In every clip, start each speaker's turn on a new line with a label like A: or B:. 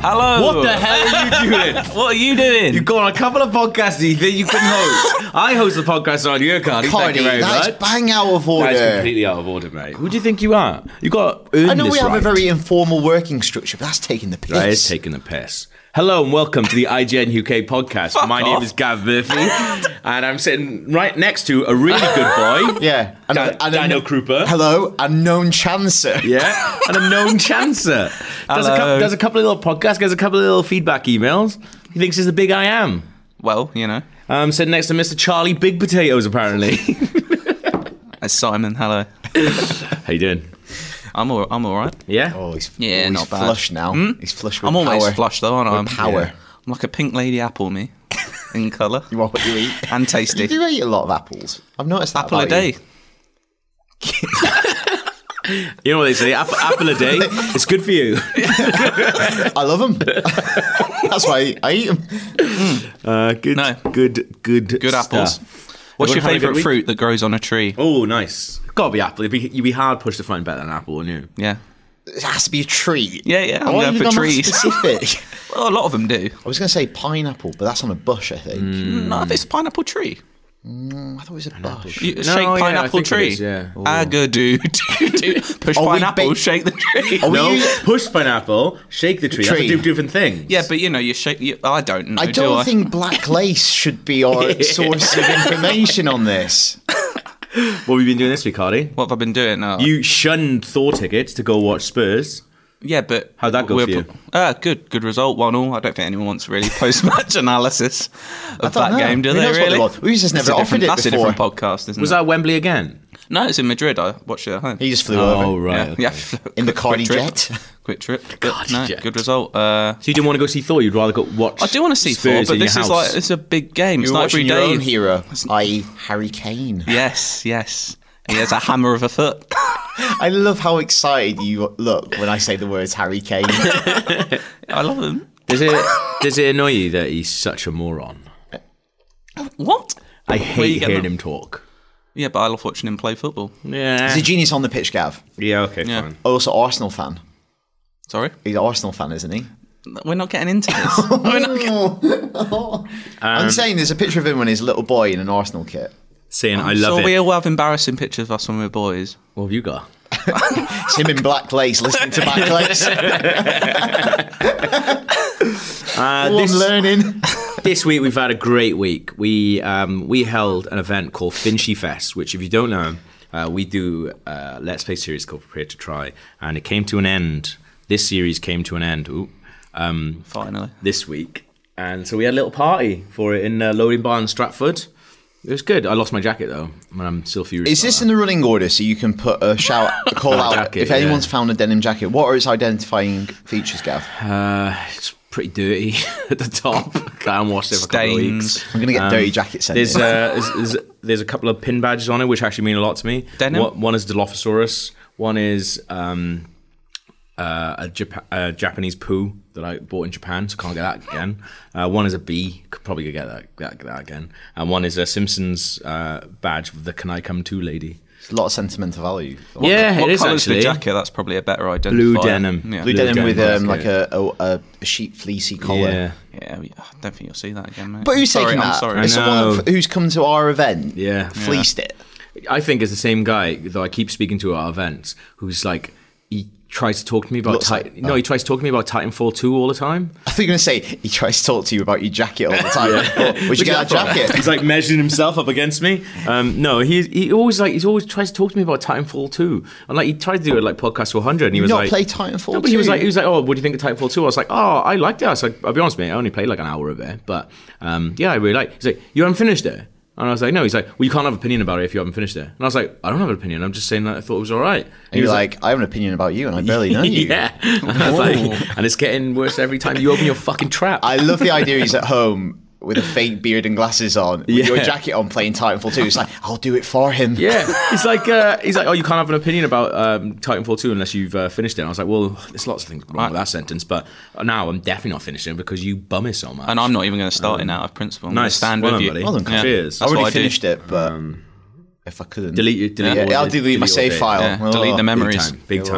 A: Hello.
B: What the hell are you doing?
A: What are you doing?
B: You've gone on a couple of podcasts you think you can host. I host the podcast on your card. Thank
C: Cardi,
B: you very
C: that is
B: much.
C: bang out of
B: That is
C: order.
B: completely out of order, mate. Who do you think you are? You got. to earn
C: I know
B: this
C: we have
B: right.
C: a very informal working structure, but that's taking the piss.
B: That is taking the piss. Hello and welcome to the IGN UK podcast. My
A: off.
B: name is Gav Murphy, and I'm sitting right next to a really good boy.
C: yeah,
B: Dan- Daniel Krupa.
C: Hello, a known chancer.
B: Yeah, and a known chancer. Does a, couple,
A: Hello.
B: does a couple of little podcasts, gets a couple of little feedback emails. He thinks he's the big I am.
A: well, you know,
B: Um, sitting next to Mr. Charlie Big Potatoes, apparently.
A: it's Simon. Hello.
B: How you doing?
A: I'm all. I'm all right.
B: Yeah.
C: Oh, he's,
A: Yeah,
C: oh, he's
A: not bad.
C: flush now.
B: Hmm?
C: He's flush with
A: I'm always
C: power.
A: flush though, aren't I?
C: With power.
B: Yeah.
A: I'm like a pink lady apple, me, in colour
C: You want what you eat?
A: and
C: You
A: tasty.
C: do eat a lot of apples. I've noticed that.
A: Apple a
C: about you.
A: day.
B: You know what they say? Apple, apple a day. It's good for you.
C: I love them. That's why I eat them.
B: Uh, good.
A: No.
B: Good. Good.
A: Good apples. What's
B: Everyone
A: your
B: have a good
A: favourite
B: week?
A: fruit that grows on a tree?
B: Oh, nice. Gotta be apple. You'd be, you'd be hard pushed to find better than apple, wouldn't you?
A: Yeah.
C: It has to be a tree.
A: Yeah, yeah, I'm
C: Why
A: going
C: have
A: for
C: you gone that
A: trees.
C: Specific.
A: Well, a lot of them do.
C: I was going to say pineapple, but that's on a bush, I think.
B: Hmm.
A: No, it's a pineapple tree.
C: I thought it was a bush.
A: You
B: yeah,
A: shake
B: I
A: pineapple
B: think it
A: tree.
B: is, yeah. Oh,
A: Aga do do do. Push
C: Are we
A: pineapple,
C: ba-
A: shake the tree.
C: Are we-
B: No,
C: you-
B: push pineapple, shake the Oh, tree. That's
C: Tree.
B: a di- different thing.
A: Yeah, but you know, you shake. You, I don't know.
C: I
A: Oh, do
C: don't think black lace should be our source of information on this.
B: What have you been doing this week, Cardi?
A: What have I been doing? Uh,
B: You shunned Thor tickets to go watch Spurs.
A: yeah, but
B: How'd that go
A: we're
B: for you?
A: pro- Uh, good, good result, one all. I don't think anyone wants really post-match analysis of
C: don't
A: that
C: know.
A: game, do
C: Who
A: they?
C: knows what they
A: Really?
C: want? We've just
A: It's
C: never
A: a
C: offered
A: different-
C: it
A: That's
C: before.
A: a different podcast, isn't
B: Was
A: it?
B: that Wembley again?
A: No, it's in Madrid. I watched it at home.
C: He just
B: Oh,
C: flew over.
A: yeah, yeah.
C: In the Cardi
A: Quick trip.
C: jet?
A: Quick trip. But
B: Cardi
A: no,
B: jet.
A: good result. Uh,
B: So you didn't want to go see Thor? You'd rather go watch.
A: I do want to see
B: Spurs
A: four, but
B: in
A: this
B: your
A: is
B: house.
A: like it's a big game.
C: You're
A: it's not every
C: watching your
A: day.
C: own hero, i.e. Harry Kane.
A: Yes, yes. He has a hammer of a foot.
C: I love how excited you look when I say the words Harry Kane.
A: I love him.
B: does it does it annoy you that he's such a moron?
A: What?
B: I hate
A: getting
B: hearing
A: that?
B: him talk.
A: Yeah, but I love watching him play football.
B: Yeah.
C: He's a genius on the pitch, Gav. Oh,
B: yeah. Okay.
A: Yeah.
B: Fine.
C: Also, Arsenal fan.
A: Sorry,
C: He's an Arsenal fan, isn't he?
A: we're not getting into this. We're not getting- Um,
C: I'm saying there's a picture of him when heis a little boy in an Arsenal kit.
B: Saying i love
A: so
B: it.
A: we all have embarrassing pictures of us when we were boys.
B: What have you got?
C: It's him in black lace listening to black lace.
B: Uh,
C: All I'm
B: this,
C: learning.
B: this week we've had a great week. We um, we held an event called Finchy Fest, which if you don't know, uh, we do uh, Let's Play series called Prepare to Try, and it came to an end. This series came to an end ooh, um,
A: Finally,
B: this week, and so we had a little party for it in uh, Loading Barn, Stratford. It was good. I lost my jacket though, and I'm still furious.
C: Is
B: about
C: this
B: that.
C: in the running order so you can put a shout, a call out
B: jacket,
C: if anyone's
B: yeah.
C: found a denim jacket? What are its identifying features, Gav?
B: Uh, it's pretty dirty at the top. I haven't washed it for a couple of
A: Stains.
B: weeks.
C: I'm gonna get dirty jacket sent.
B: Um, There's,
C: in.
B: uh, there's, there's there's a couple of pin badges on it, which actually mean a lot to me.
A: Denim?
B: One, one is Dilophosaurus. One is um, uh, a, Jap- a Japanese poo that I bought in Japan, so can't get that again. Uh, one is a bee, could probably get that, that, that again. And one is a Simpsons uh, badge with the "Can I Come Too" lady.
C: There's a lot of sentimental value.
B: yeah,
A: what
B: it is
A: colour's
B: actually
A: the jacket? That's probably a better identifier.
B: blue denim.
A: Yeah.
B: Blue
C: Blue denim
B: denim
C: with
B: basket.
C: um, like a, a, a sheep fleecy collar.
B: Yeah,
A: Yeah, we- I don't think you'll see that again, mate.
C: But who's
A: sorry,
C: taking
A: I'm
C: that?
A: sorry.
C: It's
B: I
C: someone
B: know.
C: f- who's come to our event,
B: Yeah.
C: fleeced it.
B: I think it's the same guy though. I keep speaking to at our events, who's like he tries to talk to me about
C: Looks
B: Ti-
C: like-
A: oh.
B: no, he tries to talk to me about Titanfall two all the time.
C: I thought you were going to say he tries to talk to you about your jacket all the time. Oh, Where'd you
B: Look
C: get that
B: at that
C: jacket?
B: He's like measuring himself up against me. Um, no, he he always like he's always tries to talk to me about Titanfall two, and like he tried to do it like podcast one hundred, and he was
C: not
B: like
C: play Titanfall
B: No, but he was
C: 2?
B: like he was like, oh, what do you think of Titanfall two? I was like, oh, I liked it. I was like, I'll be honest, mate, I only played like an hour of it, but um, yeah, I really like. He's like, you haven't finished it. And I was like, no. He's like, well, you can't have an opinion about it if you haven't finished it. And I was like, I don't have an opinion. I'm just saying that I thought it was all right. And
C: And you're like, I have an opinion about you, and I barely know you.
B: yeah. And I was like, and it's getting worse every time you open your fucking trap.
C: I love the idea he's at home with a fake beard and glasses on, with
B: Yeah.
C: your jacket on, playing Titanfall 2. It's like, I'll do it for him.
B: Yeah, he's like, uh, he's like, oh, you can't have an opinion about um, Titanfall two unless you've uh, finished it. And I was like, well, there's lots of things wrong with that sentence, but now I'm definitely not finishing it because you bum it so much.
A: And I'm not even going to start it out of principle. I'm gonna
B: nice.
A: stand
B: Well
A: with
B: done,
A: you.
B: buddy.
C: Well done, Carl.
A: Yeah.
B: Cheers.
C: I
A: That's what
C: already
A: I do. Um,
C: finished it, but if I couldn't.
B: delete it. Delete
C: Yeah,
B: all
C: I'll
B: the-
C: delete, my
B: all
C: save
B: the-
C: file. Oh.
A: Yeah, delete the
B: Big
A: memories.
B: time. Big
C: Yeah,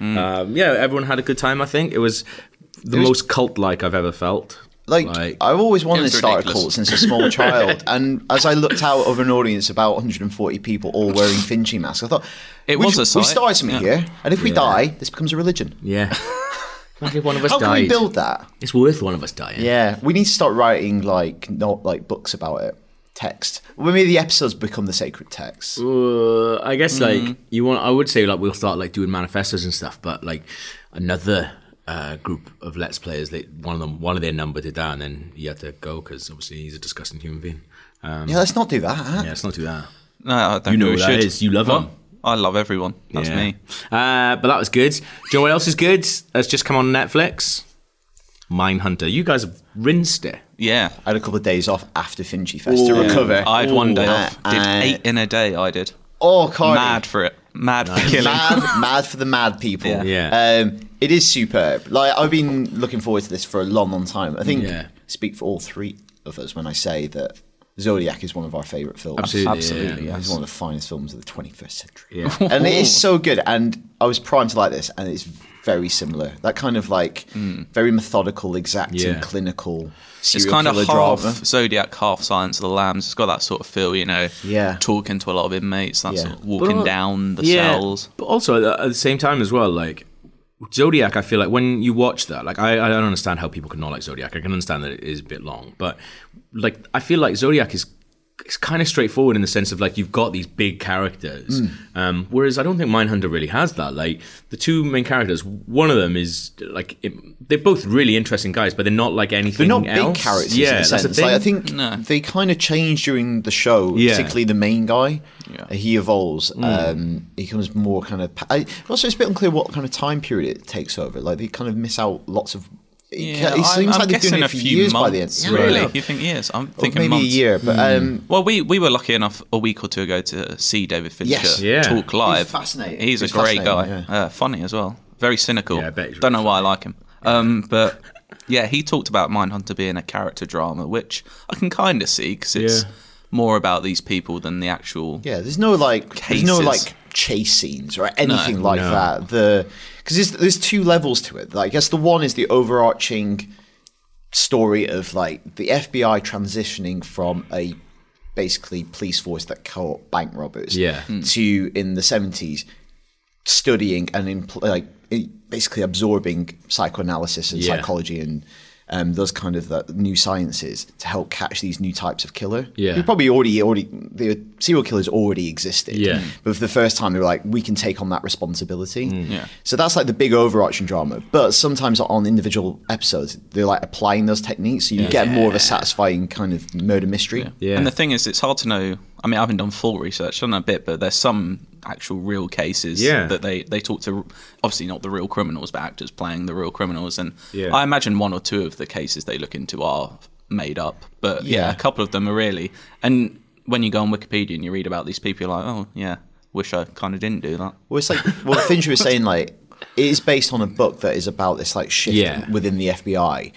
C: mm.
B: time. Um, yeah, everyone had a good time. I think it was the most cult-like I've ever felt.
C: Like, I've always wanted to
A: was
C: start a
A: ridiculous.
C: cult since a small child, and as I looked out of an audience about 140 people all wearing Finchy masks, I thought
A: It
C: we've-
A: was a
C: we
A: sight.
C: started something here, and if we
B: Yeah.
C: die, this becomes a religion.
B: yeah. Imagine if one of us
C: How can we
B: died.
C: build that?
B: It's worth one of us dying.
C: Yeah, we need to start writing like not like books about it. Text. Well, maybe the episodes become the sacred text.
B: Uh, I
A: Mm.
B: guess like you want. I would say like we'll start like doing manifestos and stuff, but like another uh, group of let's players, they one of them, one of their number did that, and then he had to go because obviously he's a disgusting human being. Um,
C: Yeah, let's not do that.
B: yeah, let's not do that.
A: No, I don't
B: You know
A: think we
B: who that
A: should.
B: is. You love
A: What?
B: him.
A: I love everyone. That's
B: Yeah.
A: me.
B: Uh, but that was good. Do you know what else is good? That's just come on Netflix. Mindhunter. You guys have rinsed it.
A: Yeah.
C: I had a couple of days off after Finchy Fest to recover.
A: I had one day
C: Ooh.
A: off. Did
C: Uh,
A: eight in a day. I did.
C: oh, Cardi.
A: Mad for it. Mad for killing.
C: Mad, mad for the mad people.
A: Yeah.
B: Yeah.
C: Um, it is superb. Like I've been looking forward to this for a long, long time. I think
B: Yeah.
C: speak for all three of us when I say that Zodiac is one of our favourite films.
B: Absolutely, yeah.
C: absolutely.
B: Yes.
C: It's one of the finest films of the 21st century.
B: Yeah.
C: and it is so good. And I was primed to like this, and it's very similar. That kind of like very methodical, exacting,
B: Hmm. Yeah.
C: clinical.
A: It's
C: serial
A: kind of
C: killer
A: half
C: drama.
A: Zodiac, half Silence of the Lambs. It's got that sort of feel, you know.
C: Yeah.
A: Talking to a lot of inmates, that
C: Yeah.
A: sort of walking
B: al-
A: down the cells.
B: But also at the- at the same time as well, like Zodiac, I feel like when you watch that, like I, I don't understand how people can not like Zodiac. I can understand that it is a bit long, but like I feel like Zodiac is it's kind of straightforward in the sense of like you've got these big characters,
C: Hmm.
B: um, whereas I don't think Mindhunter really has that. Like the two main characters, one of them is like it, they're both really interesting guys, but they're not like anything.
C: They're not
B: else.
C: big characters
B: Yeah,
C: in a
B: that's the
C: sense. Like, I
B: thing.
C: think they kind of change during the show,
B: Yeah. Hmm.
C: particularly the main guy.
A: Yeah.
C: He evolves. Um, he becomes more kind of. pa- I, also, it's a bit unclear what kind of time period it takes over. Like they kind of miss out lots of. It, ca-
A: Yeah,
C: it seems
A: I'm,
C: like
A: I'm
C: they're
A: guessing
C: doing it
A: a
C: for
A: few
C: years
A: months,
C: by the end.
A: Really?
C: Yeah.
A: You think years? I'm
C: Or
A: thinking
C: maybe
A: months.
C: a year, but
B: Hmm.
C: um,
A: Well, we, we were lucky enough a week or two ago to see David Fincher
C: Yes.
B: Yeah.
A: talk live.
C: fascinating.
A: He's,
C: He's
A: a great
C: fascinating,
A: guy.
C: yeah.
A: Uh, funny as well. Very cynical.
B: Yeah, I bet he's
A: Don't know
B: really
A: why I like him. Um, but yeah, he talked about Mindhunter being a character drama, which I can kind of see because it's
B: Yeah.
A: more about these people than the actual.
C: yeah, there's no like, there's no
A: Cases.
C: like chase scenes or anything like
B: No.
C: that. The because there's, there's two levels to it. Like, I guess the one is the overarching story of like the FBI transitioning from a basically police force that caught bank robbers
B: Yeah.
C: to in the 70s studying and impl- like i- basically absorbing psychoanalysis and
B: Yeah.
C: psychology and um, those kind of the new sciences to help catch these new types of killer.
B: Yeah.
C: Who probably already already the serial killers already existed.
B: Yeah.
C: But for the first time, they were like, we can take on that responsibility.
B: Mm.
A: Yeah.
C: So that's like the big overarching drama. But sometimes on individual episodes, they're like applying those techniques, so you get more of a satisfying kind of murder mystery.
B: Yeah.
A: And the thing is, it's hard to know. I mean, I haven't done full research, I've done a bit, but there's some actual real cases
B: Yeah.
A: that they, they talk to, obviously not the real criminals, but actors playing the real criminals. And
B: Yeah.
A: I imagine one or two of the cases they look into are made up. But yeah.
C: Yeah.
A: a couple of them are really. And when you go on Wikipedia and you read about these people, you're like, oh, yeah, wish I kind of didn't do that.
C: Well, it's like well, Fincher was saying like it is based on a book that is about this like shift
B: Yeah.
C: within the FBI,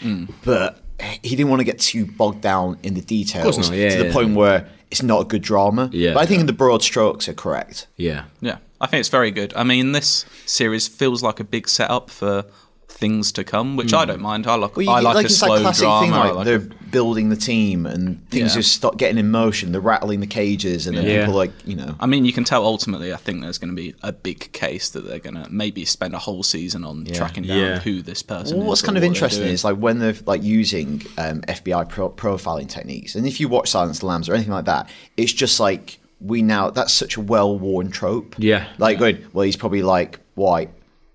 C: but he didn't want to get too bogged down in the details
B: not, yeah,
C: to the
B: yeah.
C: point where it's not a good drama.
B: Yeah.
C: but I think the broad strokes are correct.
B: Yeah.
A: Yeah, I think it's very good. I mean, this series feels like a big setup for things to come, which
B: Hmm.
A: I don't mind. I like,
C: Well, you,
A: I
C: get-
A: like, a
C: it's
A: slow
C: that classic
A: drama.
C: thing
A: I
C: like,
A: like
C: they're building the team and things
A: Yeah.
C: just start getting in motion. They're rattling the cages and then
B: Yeah.
C: people like you know.
A: I mean, you can tell ultimately. I think there's going to be a big case that they're going to maybe spend a whole season on tracking down
B: Yeah.
A: who this person
C: Well,
A: is.
C: what's
A: or
C: kind of
A: what they're
C: interesting
A: doing.
C: is like when they're like using um, FBI pro- profiling techniques, and if you watch Silence of the Lambs or anything like that, it's just like we now that's such a well-worn trope.
B: Yeah.
C: like going well, he's probably like white,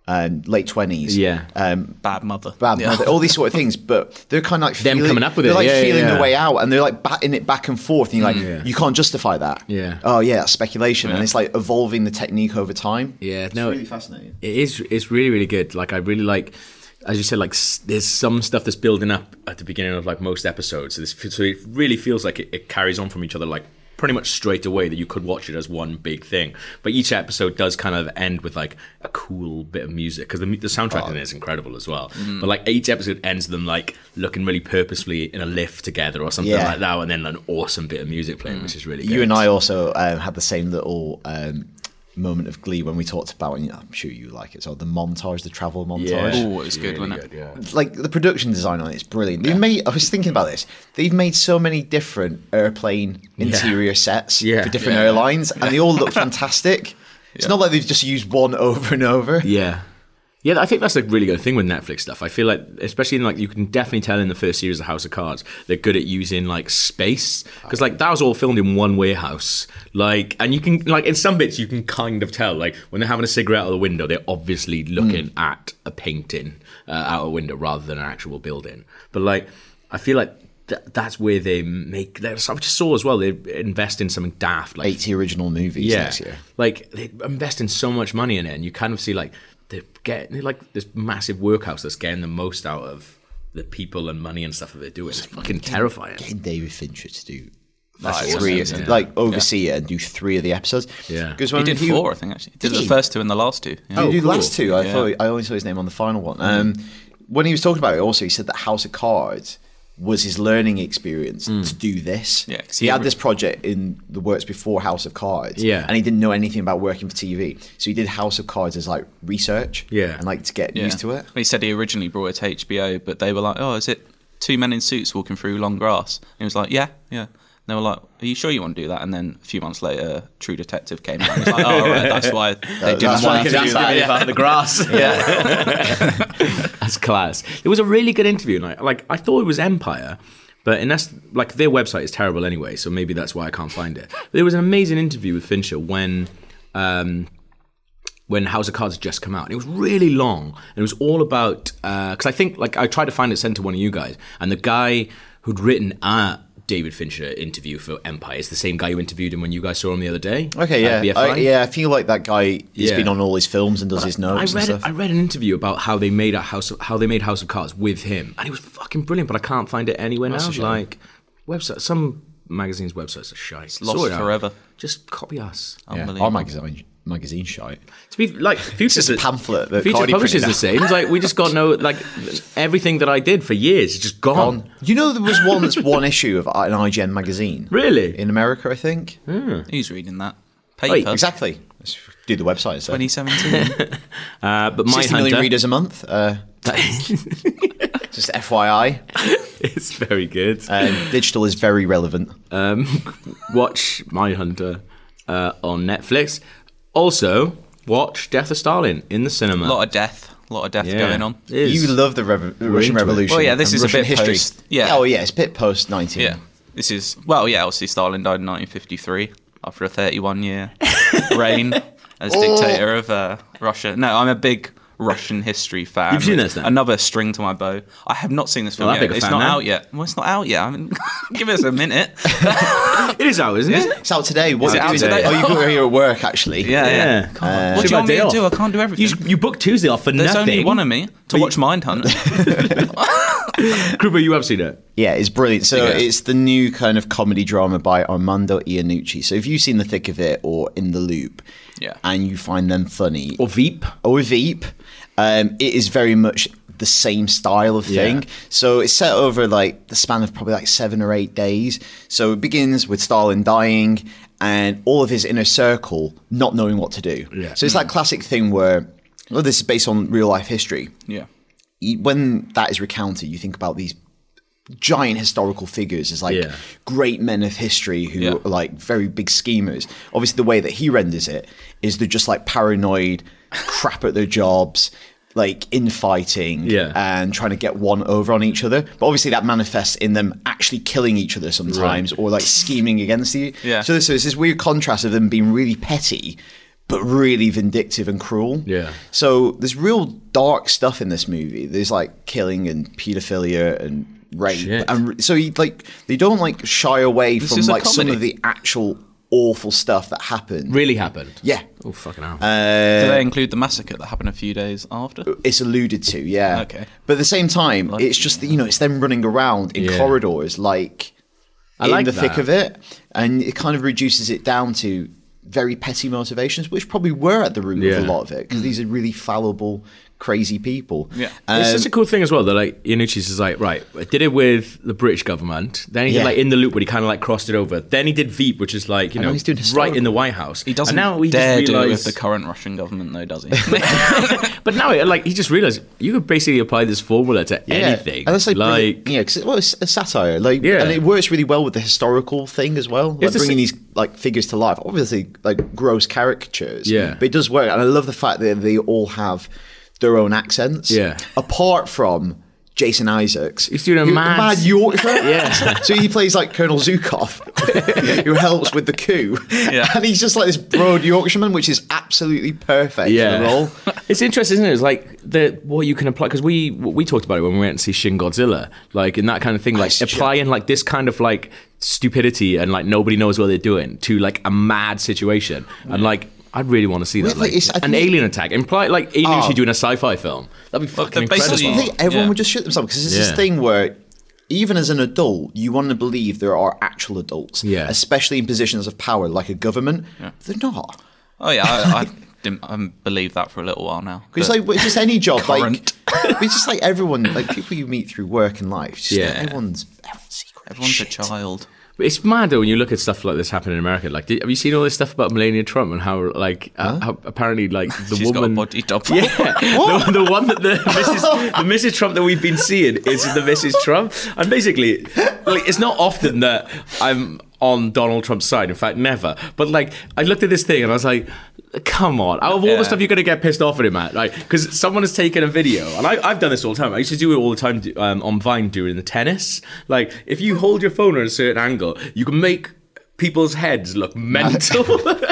C: um, late twenties.
B: Yeah.
C: um,
A: bad mother.
C: bad
A: Yeah.
C: mother, all these sort of things. But they're kind of like
B: Them
C: feeling,
B: coming up with
C: they're
B: it,
C: like
B: yeah, yeah,
C: feeling
B: yeah. Mm.
C: the way out, and they're like batting it back and forth. And you're like,
B: Yeah.
C: you can't justify that.
B: Yeah.
C: Oh yeah, that's speculation, and it's like evolving the technique over time.
B: Yeah. No.
C: Really fascinating.
B: it is it's really really good like i really like as you said like s- there's some stuff that's building up at the beginning of like most episodes so, this, fe- so it really feels like it, it carries on from each other like pretty much straight away that you could watch it as one big thing but each episode does kind of end with like a cool bit of music because the, mu- the soundtrack in it is incredible as well
C: Mm-hmm.
B: but like each episode ends them like looking really purposefully in a lift together or something
C: Yeah.
B: like that and then an awesome bit of music playing which is really good
C: You and I also um, had the same little um, moment of glee when we talked about, and I'm sure you like it, so the montage, the travel montage.
A: Ooh, it was good, wasn't it?
C: Like the production design on it is brilliant. They've made. I was thinking about this. They've made so many different airplane interior sets
B: Yeah.
C: for different airlines, and they all look fantastic. It's not like they've just used one over and over.
B: Yeah. Yeah, I think that's a really good thing with Netflix stuff. I feel like, especially in like, you can definitely tell in the first series of House of Cards, they're good at using like space because like that was all filmed in one warehouse. Like, and you can like in some bits you can kind of tell like when they're having a cigarette out of the window, they're obviously looking at a painting uh, out a window rather than an actual building. But like, I feel like th- that's where they make. That's, I just saw as well they invest in something daft like
C: 80 original movies
B: yeah.
C: next year.
B: Like they invest in so much money in it, and you kind of see like they're getting they're like this massive workhouse that's getting the most out of the people and money and stuff that they're doing. It's fucking terrifying.
C: Getting David Fincher to do.
A: That's
C: three,
A: amazing, yeah.
C: like oversee it and do three of the episodes.
B: Yeah.
C: because
A: He
C: when
A: did four, I think. Actually, did,
C: Did
A: the
C: he? Oh,
A: first two and the last two.
C: Did
A: Yeah.
C: you do the
B: cool.
C: last two? I thought I only saw his name on the final one.
B: Mm.
C: Um, when he was talking about it, also he said that House of Cards was his learning experience
B: Mm.
C: to do this.
A: Yeah, 'cause
C: he,
A: he
C: had
A: re-
C: this project in the works before House of Cards.
B: Yeah.
C: and he didn't know anything about working for TV, so he did House of Cards as like research.
B: Yeah.
C: and like to get
A: Yeah.
C: used to it.
A: He said he originally brought it to HBO, but they were like, "Oh, is it two men in suits walking through long grass?" And he was like, "Yeah, yeah." And they were like, "Are you sure you want to do that?" And then a few months later, True Detective came. Out. and was like, "Oh, right, that's why they didn't
C: that's why
A: want
C: you
A: to
C: did
A: do
C: that.
A: that."
C: Yeah.
B: about the grass. Yeah, that's class. It was a really good interview, and I, like I thought it was Empire, but and that's like their website is terrible anyway, so maybe that's why I can't find it. But there was an amazing interview with Fincher when. Um, when House of Cards had just come out. It was really long, and it was all about because I think like I tried to find it sent to one of you guys, and the guy who'd written a David Fincher interview for Empire is the same guy who interviewed him when you guys saw him the other day.
C: Okay,
B: at
C: yeah,
B: BFI.
C: I, yeah. I feel like that guy. He's
B: Yeah.
C: been on all his films and does his
B: I
C: notes
B: read
C: and stuff.
B: I read an interview about how they made a house of, how they made House of Cards with him, and it was fucking brilliant. But I can't find it anywhere now. Like website, some magazines' websites are shite. It's
A: lost forever.
B: Just copy us.
C: yeah. Our magazine magazine shite.
B: To be like future
C: It's just a pamphlet that
B: Future
C: Cardi
B: publishers
C: printed
B: the
C: out.
B: same. It's like we just got no like everything that I did for years is just gone.
C: On, you know, there was one that's one issue of an IGN magazine.
B: Really?
C: In America, I think.
A: Hmm. Who's reading that paper?
C: Exactly. Let's do the website instead.
A: 2017.
B: Uh, but my
C: 60 million readers a month. Uh, just FYI.
B: it's very good.
C: Um, digital is very relevant.
B: watch My Hunter uh, on Netflix. Also, watch Death of Stalin in the cinema.
A: a lot of death. A lot of death
B: Yeah.
A: going on.
B: It is.
C: you love the rev- Russian
B: into it.
C: Revolution.
A: Well, yeah, this
C: and
A: is a
C: Russian
A: bit
C: history.
A: post- yeah.
C: Oh, yeah, it's a bit post 19.
A: Yeah. This is well, yeah. Obviously, Stalin died in 1953 after a 31 year reign
B: Oh.
A: as dictator of uh, Russia. No, I'm a big Russian history fan.
B: You've seen this then?
A: Another string to my bow. I have not seen this film
B: Well, that
A: yet.
B: big a
A: It's
B: fan
A: not
B: now.
A: out yet. Well, it's not out yet. I mean, give us a minute.
B: It is out, isn't it?
C: It's out today. What
A: Is it
C: are you
A: out
C: doing?
A: today?
C: Oh, you were here at work, actually.
A: Yeah,
B: Yeah. Uh,
A: yeah. God, what do you want me to do? I can't do everything.
B: You, you booked Tuesday off for
A: There's
B: nothing.
A: only one of me to watch Mindhunter.
B: Krupa, you have seen it.
C: Yeah, it's brilliant. So
B: Yeah.
C: it's the new kind of comedy drama by Armando Iannucci. So if you've seen The Thick of It or In the Loop
A: Yeah.
C: and you find them funny,
B: Or Veep.
C: or Veep, um, it is very much the same style of thing. So it's set over like the span of probably like seven or eight days. So it begins with Stalin dying and all of his inner circle not knowing what to do.
B: Yeah.
C: So it's that classic thing where, well, this is based on real life history
A: Yeah.
C: you- e, when that is recounted, you think about these giant historical figures as like
B: Yeah.
C: great men of history who
A: Yeah.
C: are like very big schemers. Obviously, the way that he renders it is they're just like paranoid, crap at their jobs, like infighting,
B: Yeah.
C: and trying to get one over on each other. But obviously, that manifests in them actually killing each other sometimes or like scheming against you.
A: Yeah.
C: So, so it's this weird contrast of them being really petty. But really vindictive and cruel.
B: Yeah.
C: So there's real dark stuff in this movie. There's like killing and pedophilia and rape,
B: Shit.
C: and so he like they don't like shy away
A: This
C: from
A: is a
C: like some
A: comedy.
C: of the actual awful stuff that happened.
B: Really happened.
C: Yeah, Uh,
B: Oh fucking hell.
A: Um, Do
B: Uh,
A: they include the massacre that happened a few days after?
C: it's alluded to. Yeah.
A: Okay.
C: But at the same time, it's just that, you know it's them running around in
B: Yeah.
C: corridors like
B: I
C: in
B: like
C: the thick
B: that.
C: of it, and it kind of reduces it down to very petty motivations, which probably were at the root of
B: Yeah. Mm.
C: a lot of it because these are really fallible, crazy people.
A: Yeah.
B: it's
C: Um,
B: such a cool thing as well that like Yanucci's is like right I did it with the British government then he
C: Yeah.
B: did like in the loop where he kind of like crossed it over then he did Veep which is like you
C: now
B: know
C: he's doing
B: right in
C: historical.
B: the White House
A: He
B: and
A: doesn't
B: now we
A: dare
B: just
A: do it
B: realize
A: with the current Russian government, though, does he?
B: but now like he just realized you could basically apply this formula to anything
C: And that's like,
B: like
C: bringing- yeah, because it was a satire, like,
B: Yeah.
C: and it works really well with the historical thing as well, like
B: the
C: bringing
B: sa-
C: these like figures to life. Obviously, like gross caricatures,
B: Yeah.
C: but it does work. And I love the fact that they all have their own accents,
B: Yeah.
C: apart from. Jason Isaacs.
B: He's doing a
C: who-
B: mad-
C: Yorkshire.
B: Yeah.
C: So he plays like Colonel Zukov, who helps with the coup.
A: Yeah.
C: And he's just like this broad Yorkshireman, which is absolutely perfect for the role.
B: it's interesting, isn't it? It's like the what you can apply because we we talked about it when we went and see Shin Godzilla, like and that kind of thing, like
C: Nice job.
B: applying like this kind of like stupidity and like nobody knows what they're doing to like a mad situation and like. I'd really want to see that,
C: Weirdly,
B: like
C: it's- I
B: an
C: think-
B: alien attack. Imply like Inushi doing a sci-fi film. That'd be fucking
A: they're basically-
B: incredible.
C: I think everyone
A: Yeah.
C: would just shoot themselves because it's
B: Yeah.
C: this thing where even as an adult, you want to believe there are actual adults,
B: Yeah.
C: especially in positions of power like a government. They're not.
A: oh yeah, I, I didn't I haven't believed that for a little while now.
C: It's
A: But-
C: like it's just any job,
A: Current.
C: like it's just like everyone, like people you meet through work and life. It's Just yeah,
B: Yeah.
C: everyone's everyone's secret.
A: Everyone's
C: shit.
A: a child.
B: But It's mad though when you look at stuff like this happening in America. Like, did, have you seen all this stuff about Melania Trump and how like uh, how apparently like the
A: She's got a
B: woman
A: body double.
B: Yeah, the, the one that the Mrs. the Mrs. Trump that we've been seeing is the Mrs. Trump, and basically, like, it's not often that I'm on Donald Trump's side. In fact, never. But like, I looked at this thing and I was like, "Come on!" Out of all
A: Yeah.
B: the stuff you're gonna get pissed off at him at, like, because someone has taken a video, and I, I've done this all the time. I used to do it all the time um, on Vine during the tennis. Like, if you hold your phone at a certain angle, you can make people's heads look mental.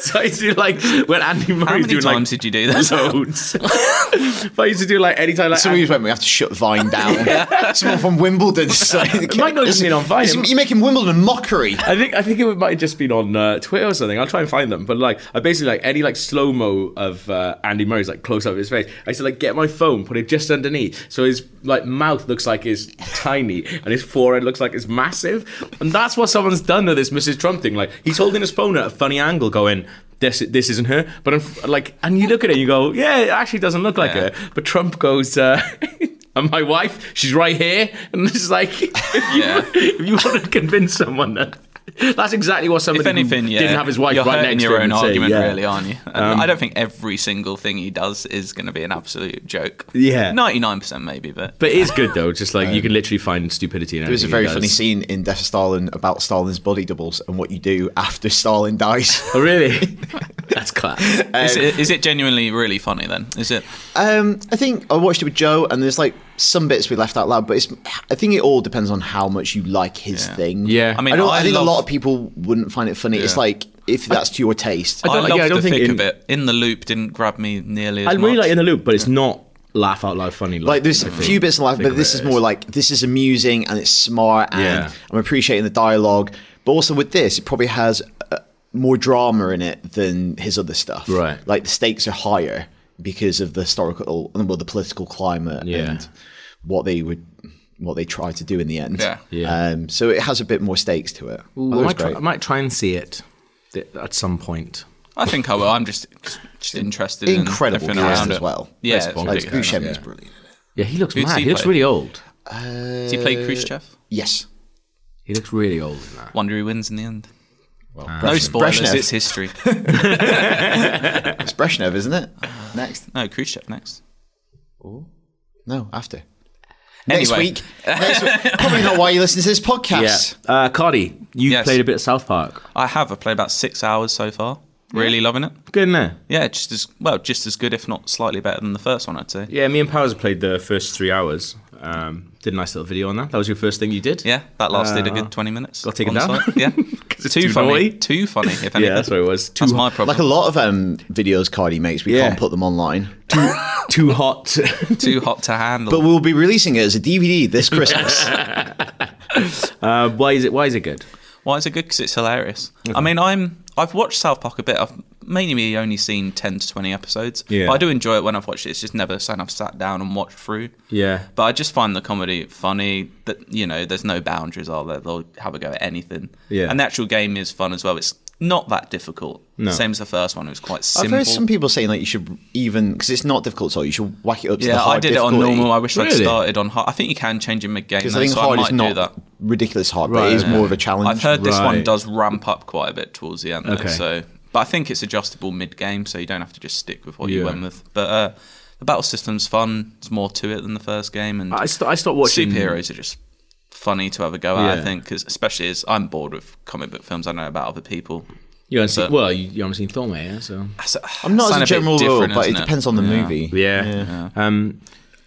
B: So I used to do like when Andy Murray's
A: How many
B: doing
A: times
B: like
A: did you do that?
B: loads. but I used to do like anytime like
C: Somebody went, we have to shut Vine down. Someone from Wimbledon. Just like, it
B: might not even been on Vine.
C: You're making Wimbledon mockery.
B: I think I think it might have just been on uh, Twitter or something. I'll try and find them. But like I basically like any like slow mo of uh, Andy Murray's like close up of his face. I used to like get my phone, put it just underneath, so his like mouth looks like it's tiny and his forehead looks like it's massive. And that's what someone's done to this Mrs. Trump thing. Like he's holding his phone at a funny angle, going. This, this isn't her, but I'm like, and you look at it and you go, yeah, it actually doesn't look like
A: Yeah.
B: her. But Trump goes, uh, and my wife, she's right here, and it's like, if you,
A: Yeah.
B: if you want to convince someone that that's exactly what somebody
A: If anything,
B: who
A: yeah,
B: didn't have his wife
A: you're
B: right
A: hurting
B: next
A: your
B: to him
A: own
B: would say,
A: argument,
B: yeah. Um,
A: really, aren't you? And I don't think every single thing he does is going to be an absolute joke.
B: Yeah.
A: ninety-nine percent maybe, but
B: But it is good though. Just like you
A: Um,
B: can literally find stupidity. In
C: There was a very funny scene in Death of Stalin about Stalin's body doubles and what you do after Stalin dies.
B: Oh really? that's class.
A: is, it, is it genuinely really funny then? Is it?
C: Um, I think I watched it with Joe, and there's like some bits we left out loud, but it's. I think it all depends on how much you like his
A: Yeah.
C: thing.
B: Yeah. I
C: I
A: mean,
C: mean, I, don't,
A: I
C: I, think
A: love-
C: a lot of people wouldn't find it funny. It's
A: Yeah.
C: like if that's to your taste.
A: I,
B: don't-
A: loved
B: yeah, I don't
A: the
B: think
A: thick
B: in-
A: of it. In the loop didn't grab me nearly as
B: I
A: much.
B: really like in the loop, but it's not laugh out loud funny.
C: like there's a few bits in life, but this is more like this is amusing and it's smart, and
B: Yeah.
C: I'm appreciating the dialogue. But also with this, it probably has uh, more drama in it than his other stuff.
B: Right.
C: like the stakes are higher because of the historical, well, the political climate
B: Yeah.
C: and what they would, what they try to do in the end.
A: Yeah.
B: Yeah.
C: Um, so it has a bit more stakes to it.
B: Ooh, I,
C: That was
B: might try,
C: great.
B: I might try and see it th- at some point.
A: I think I will. I'm just just interested in
C: Incredible
A: everything
C: cast
A: around
C: as
A: it.
C: well.
A: Yeah, it's
B: Bond.
C: Like
A: really good.
C: Buscemi
B: yeah.
C: is brilliant.
B: Yeah, he looks
A: Who's
B: mad.
A: he
B: He looks
A: play?
B: really old.
A: Does he play Khrushchev?
C: Yes.
B: He looks really old in that.
A: Wonder who wins in the end. no spoilers.
C: Brezhnev.
A: It's history.
C: It's Brezhnev, isn't it? Next.
A: no, Khrushchev next.
C: No, after. Next
A: Anyway.
C: week. Next week. Probably not why you listen to this podcast.
B: Yeah. Uh, Cardi, you
A: Yes.
B: played a bit of South Park.
A: I have. I've played about six hours so far. Really loving it.
B: Good, is it?
A: Yeah, just as well, just as good, if not slightly better than the first one, I'd say.
B: Yeah, me and Powers played the first three hours. Um, did a nice little video on that. That was your first thing you did?
A: Yeah, that lasted
B: Uh,
A: a good twenty minutes.
B: gotta take it
A: on
B: down.
A: site. Yeah,
B: 'Cause it's
A: too,
B: too
A: funny.
B: naughty.
A: Too funny. If anything,
B: Yeah, that's what it was. Too,
A: That's my
B: hot,
A: problem.
C: Like a lot of um, videos Cardi makes, we
B: Yeah.
C: can't put them online.
B: too hot.
A: too hot to handle.
C: But we'll be releasing it as a DVD this Christmas.
B: uh, why is it? Why is it good?
A: Why is it good? Because it's hilarious. I mean, I'm I've watched South Park a bit. I've mainly only seen ten to twenty episodes.
B: Yeah.
A: But I do enjoy it when I've watched it. It's just never something I've sat down and watched through.
B: Yeah.
A: But I just find the comedy funny. That you know, there's no boundaries. Are there? They'll have a go at anything.
B: Yeah.
A: And the actual game is fun as well. It's not that difficult.
B: No.
A: Same as the first one. It was quite
C: I've
A: simple.
C: heard some people saying like you should even because it's not difficult at all. You should whack it up to the
A: yeah,
C: hard
A: I did it on
C: difficulty.
A: normal. I wish I'd
B: Really?
A: started on hard. I think you can change in mid game.
C: Because I think
A: so
C: hard
A: I
C: is
A: might do that.
C: not ridiculous hard, but
B: Right.
C: it is more of a challenge.
A: I've heard this one
B: Right.
A: does ramp up quite a bit towards the end. Though,
B: Okay.
A: So, but I think it's adjustable mid game, so you don't have to just stick with what you
B: Yeah.
A: went with. But uh, the battle system's fun. There's more to it than the first game, and
B: I, st- I stopped watching.
A: superheroes are just funny to have a go at.
B: Yeah.
A: I think, 'cause especially as I'm bored with comic book films, I know about other people.
B: You haven't seen,
A: But-
B: well, you, you haven't seen Thor, mate, yeah, so.
A: That's-
C: I'm not
A: that's
C: as a
A: a bit
C: general rule,
A: different,
C: but it
A: isn't
C: depends on the
A: Yeah.
C: movie.
B: Yeah. Um,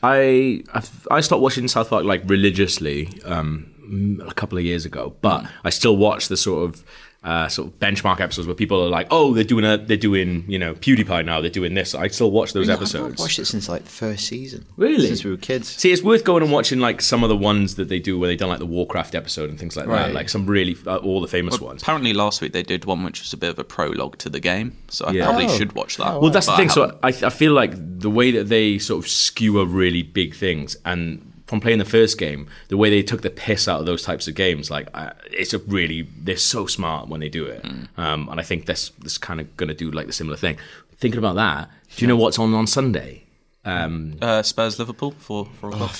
B: I I've, I stopped watching South Park like religiously um, a couple of years ago, but
A: Mm.
B: I still watch the sort of uh, sort of benchmark episodes where people are like, "Oh, they're doing a, they're doing you know PewDiePie now, they're doing this." I still watch those
C: I've not
B: episodes.
C: watched it since like the first season.
B: Really?
C: Since we were kids.
B: See, it's worth going and watching like some of the ones that they do where they done like the Warcraft episode and things like that,
C: Right.
B: like some really uh, all the famous ones.
A: Apparently, last week they did one which was a bit of a prologue to the game, so I
B: Yeah.
A: probably
C: Oh.
A: should watch that.
B: Well, that's the
A: but I
B: thing.
A: haven't.
B: So I, I feel like the way that they sort of skewer really big things, and from playing the first game, the way they took the piss out of those types of games, like I, it's a really they're so smart when they do it. Um, and I think that's that's kind of going to do like the similar thing. Thinking about that, do you know what's on on Sunday?
A: uh, Spurs Liverpool for for
B: Oh,
A: a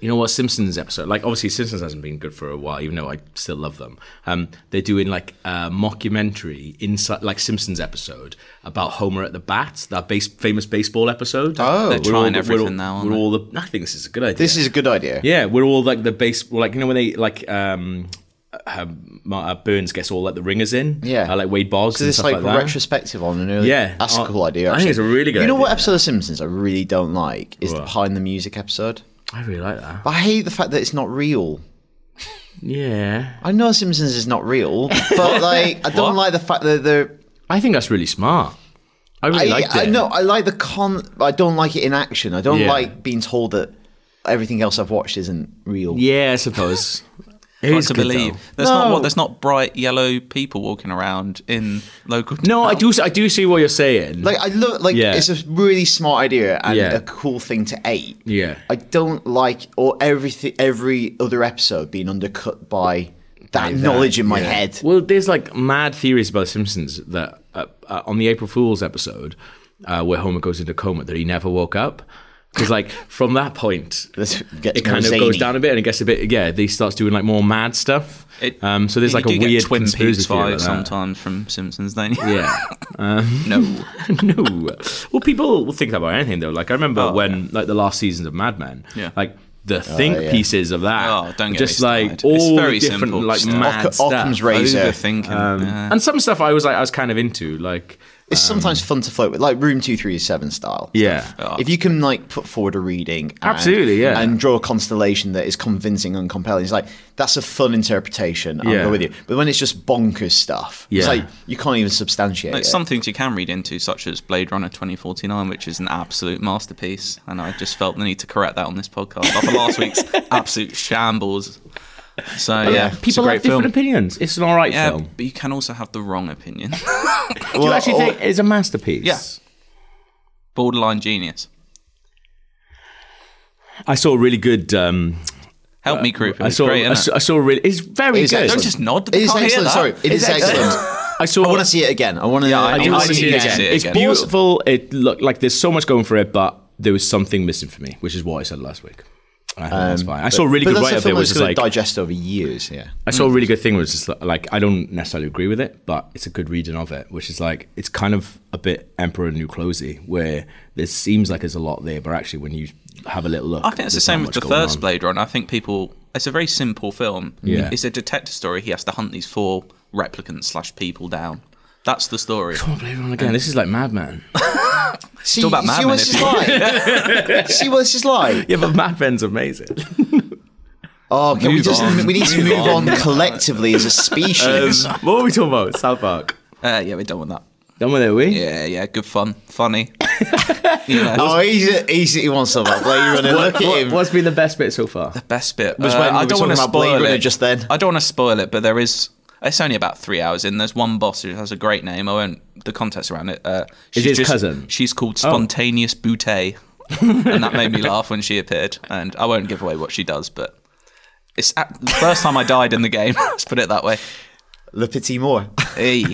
B: You know what Simpsons episode? Like obviously Simpsons hasn't been good for a while, even though I still love them. Um, they're doing like a mockumentary inside, like Simpsons episode about Homer at the bat, that base, famous baseball episode.
C: Oh. They're
B: We're
A: trying
B: the-
A: everything
B: we're all,
A: now, aren't
B: We're
A: they?
B: all the. I think this is a good idea.
C: This is a good idea.
B: Yeah, we're all like the base. Like you know when they like. Um, um, Ma- uh, Burns gets all like the ringers in,
C: Yeah.
B: uh, like Wade Boggs
C: So
B: and
C: it's
B: stuff
C: like,
B: like, that.
C: retrospective on an early.
B: Yeah.
C: that's a
B: I-
C: cool idea.
B: I think
C: actually.
B: it's a really good
C: You know what
B: idea.
C: episode of Simpsons I really don't like is the
B: What?
C: behind the music episode.
B: I really like that.
C: But I hate the fact that it's not real.
B: Yeah,
C: I know Simpsons is not real, but like I don't like the fact that they're.
B: I think that's really smart. I
C: I,
B: really liked it.
C: I know I like the con. I don't like it in action. I don't
B: Yeah.
C: like being told that everything else I've watched isn't real.
B: Yeah, I suppose. It
A: Hard
B: is
A: to
B: good,
A: believe.
B: though.
A: There's not
C: No.
A: what there's not bright yellow people walking around in local.
B: No, I do. I do see what you're saying.
C: Like I look like
B: Yeah.
C: it's a really smart idea and
B: Yeah.
C: a cool thing to ape.
B: Yeah.
C: I don't like or everything every other episode being undercut by that
B: that,
C: knowledge in my
B: yeah.
C: head.
B: Well, there's like mad theories about The Simpsons that uh, uh, on the April Fool's episode uh, where Homer goes into coma that he never woke up because like from that point
C: This gets
B: it
C: more
B: kind of
C: zany.
B: goes down a bit and it gets a bit yeah they starts doing like more mad stuff.
A: It-
B: um, so there's
A: You
B: like
A: do
B: a
A: get
B: weird
A: Twin
B: conspiracy
A: Peaks
B: theory
A: vibe
B: like that.
A: sometimes from Simpsons, don't you?
B: Yeah.
A: no.
B: no. Well, people will think about anything though. Like I remember
A: Oh,
B: when like the last seasons of Mad Men.
A: Yeah.
B: Like the think
C: Oh, yeah.
B: pieces of that.
A: Oh, don't get
B: just
A: me
B: like
A: started.
B: all
A: It's very
B: the different
A: simple
B: like
A: stuff.
B: mad
C: Occam-
B: stuff.
C: Occam's razor.
A: Overthinking.
B: Um,
A: yeah.
B: And some stuff I was like I was kind of into like
C: It's sometimes fun to float with, like Room Two Three Seven style.
B: yeah.
C: If you can like put forward a reading, and,
B: Absolutely, yeah.
C: and draw a constellation that is convincing and compelling, it's like that's a fun interpretation. I'll
B: Yeah.
C: go with you. But when it's just bonkers stuff, it's
B: Yeah.
C: like you can't even substantiate
A: Like
C: it.
A: some things you can read into, such as Blade Runner 2049, which is an absolute masterpiece, and I just felt the need to correct that on this podcast after last week's absolute shambles. So yeah,
C: yeah.
A: Uh, it's a
B: People have
A: great film.
B: different opinions. It's an alright
A: Yeah,
B: film.
A: but you can also have the wrong opinion.
B: Do you
C: Well,
B: actually
C: or-
B: think it's a masterpiece?
A: Yeah. Borderline genius.
B: I saw a really good. Um,
A: Help me, group. It
B: I
A: was
B: saw.
A: great,
B: I
A: innit?
B: saw, I saw a really. It's very
C: It is
B: good.
C: excellent.
A: Don't just nod,
C: It is
A: can't hear
C: excellent.
A: that.
C: Sorry, it
B: It's
C: is excellent.
B: I saw.
C: I want to see it again. I want to.
A: I do
B: I
A: wanna
B: did see it again.
A: see it
B: It's
A: again.
B: beautiful. It looked like there's so much going for it, but there was something missing for me, which is what I said last week. I think that's fine. I saw a really
C: Mm.
B: good
C: Um, But that's
B: write
C: a
B: up there,
C: film
B: which
C: that's
B: is
C: going
B: like
C: to digest over years. Yeah.
B: I saw a really good thing, which is like I don't necessarily agree with it, but it's a good reading of it, which is like it's kind of a bit Emperor New Closey, where there seems like there's a lot there, but actually when you have a little look,
A: I think it's the
B: there's not
A: same with
B: much
A: the
B: going
A: first
B: on.
A: Blade Runner. I think people. It's a very simple film.
B: Yeah.
A: It's a detective story. He has to hunt these four replicants slash people down. That's the story.
B: Come on, Blade Runner again. This is like Madman.
C: See,
A: Talk about
C: see
A: Mad
C: what
A: Men
C: this
A: if
C: is like. see what this is like.
B: yeah, but Madman's amazing.
C: Oh, can we
A: Move
C: just?
A: on.
C: We need to move on Um, collectively as a species.
B: what were we talking about? South Park.
A: Uh, yeah, we done with that.
B: Done with it, we?
A: Yeah, yeah, good fun, funny. you know,
C: oh, he's, he's, he wants to about Blade Runner. Look at him.
B: What's been the best bit so far?
A: best bit.
C: Was
A: Uh,
C: when we
A: I
C: were
A: don't want
C: talking
A: to spoil
C: about Blade Runner
A: it.
C: just then.
A: I don't want to spoil it, but there is. It's only about three hours in. There's one boss who has a great name. I won't. The context around it. Uh, she's
B: his cousin?
A: She's called
C: Oh.
A: Spontaneous Boutte, and that made me laugh when she appeared. And I won't give away what she does, but it's at, the first time I died in the game. Let's put it that way.
C: Le Petit More.
A: Hey,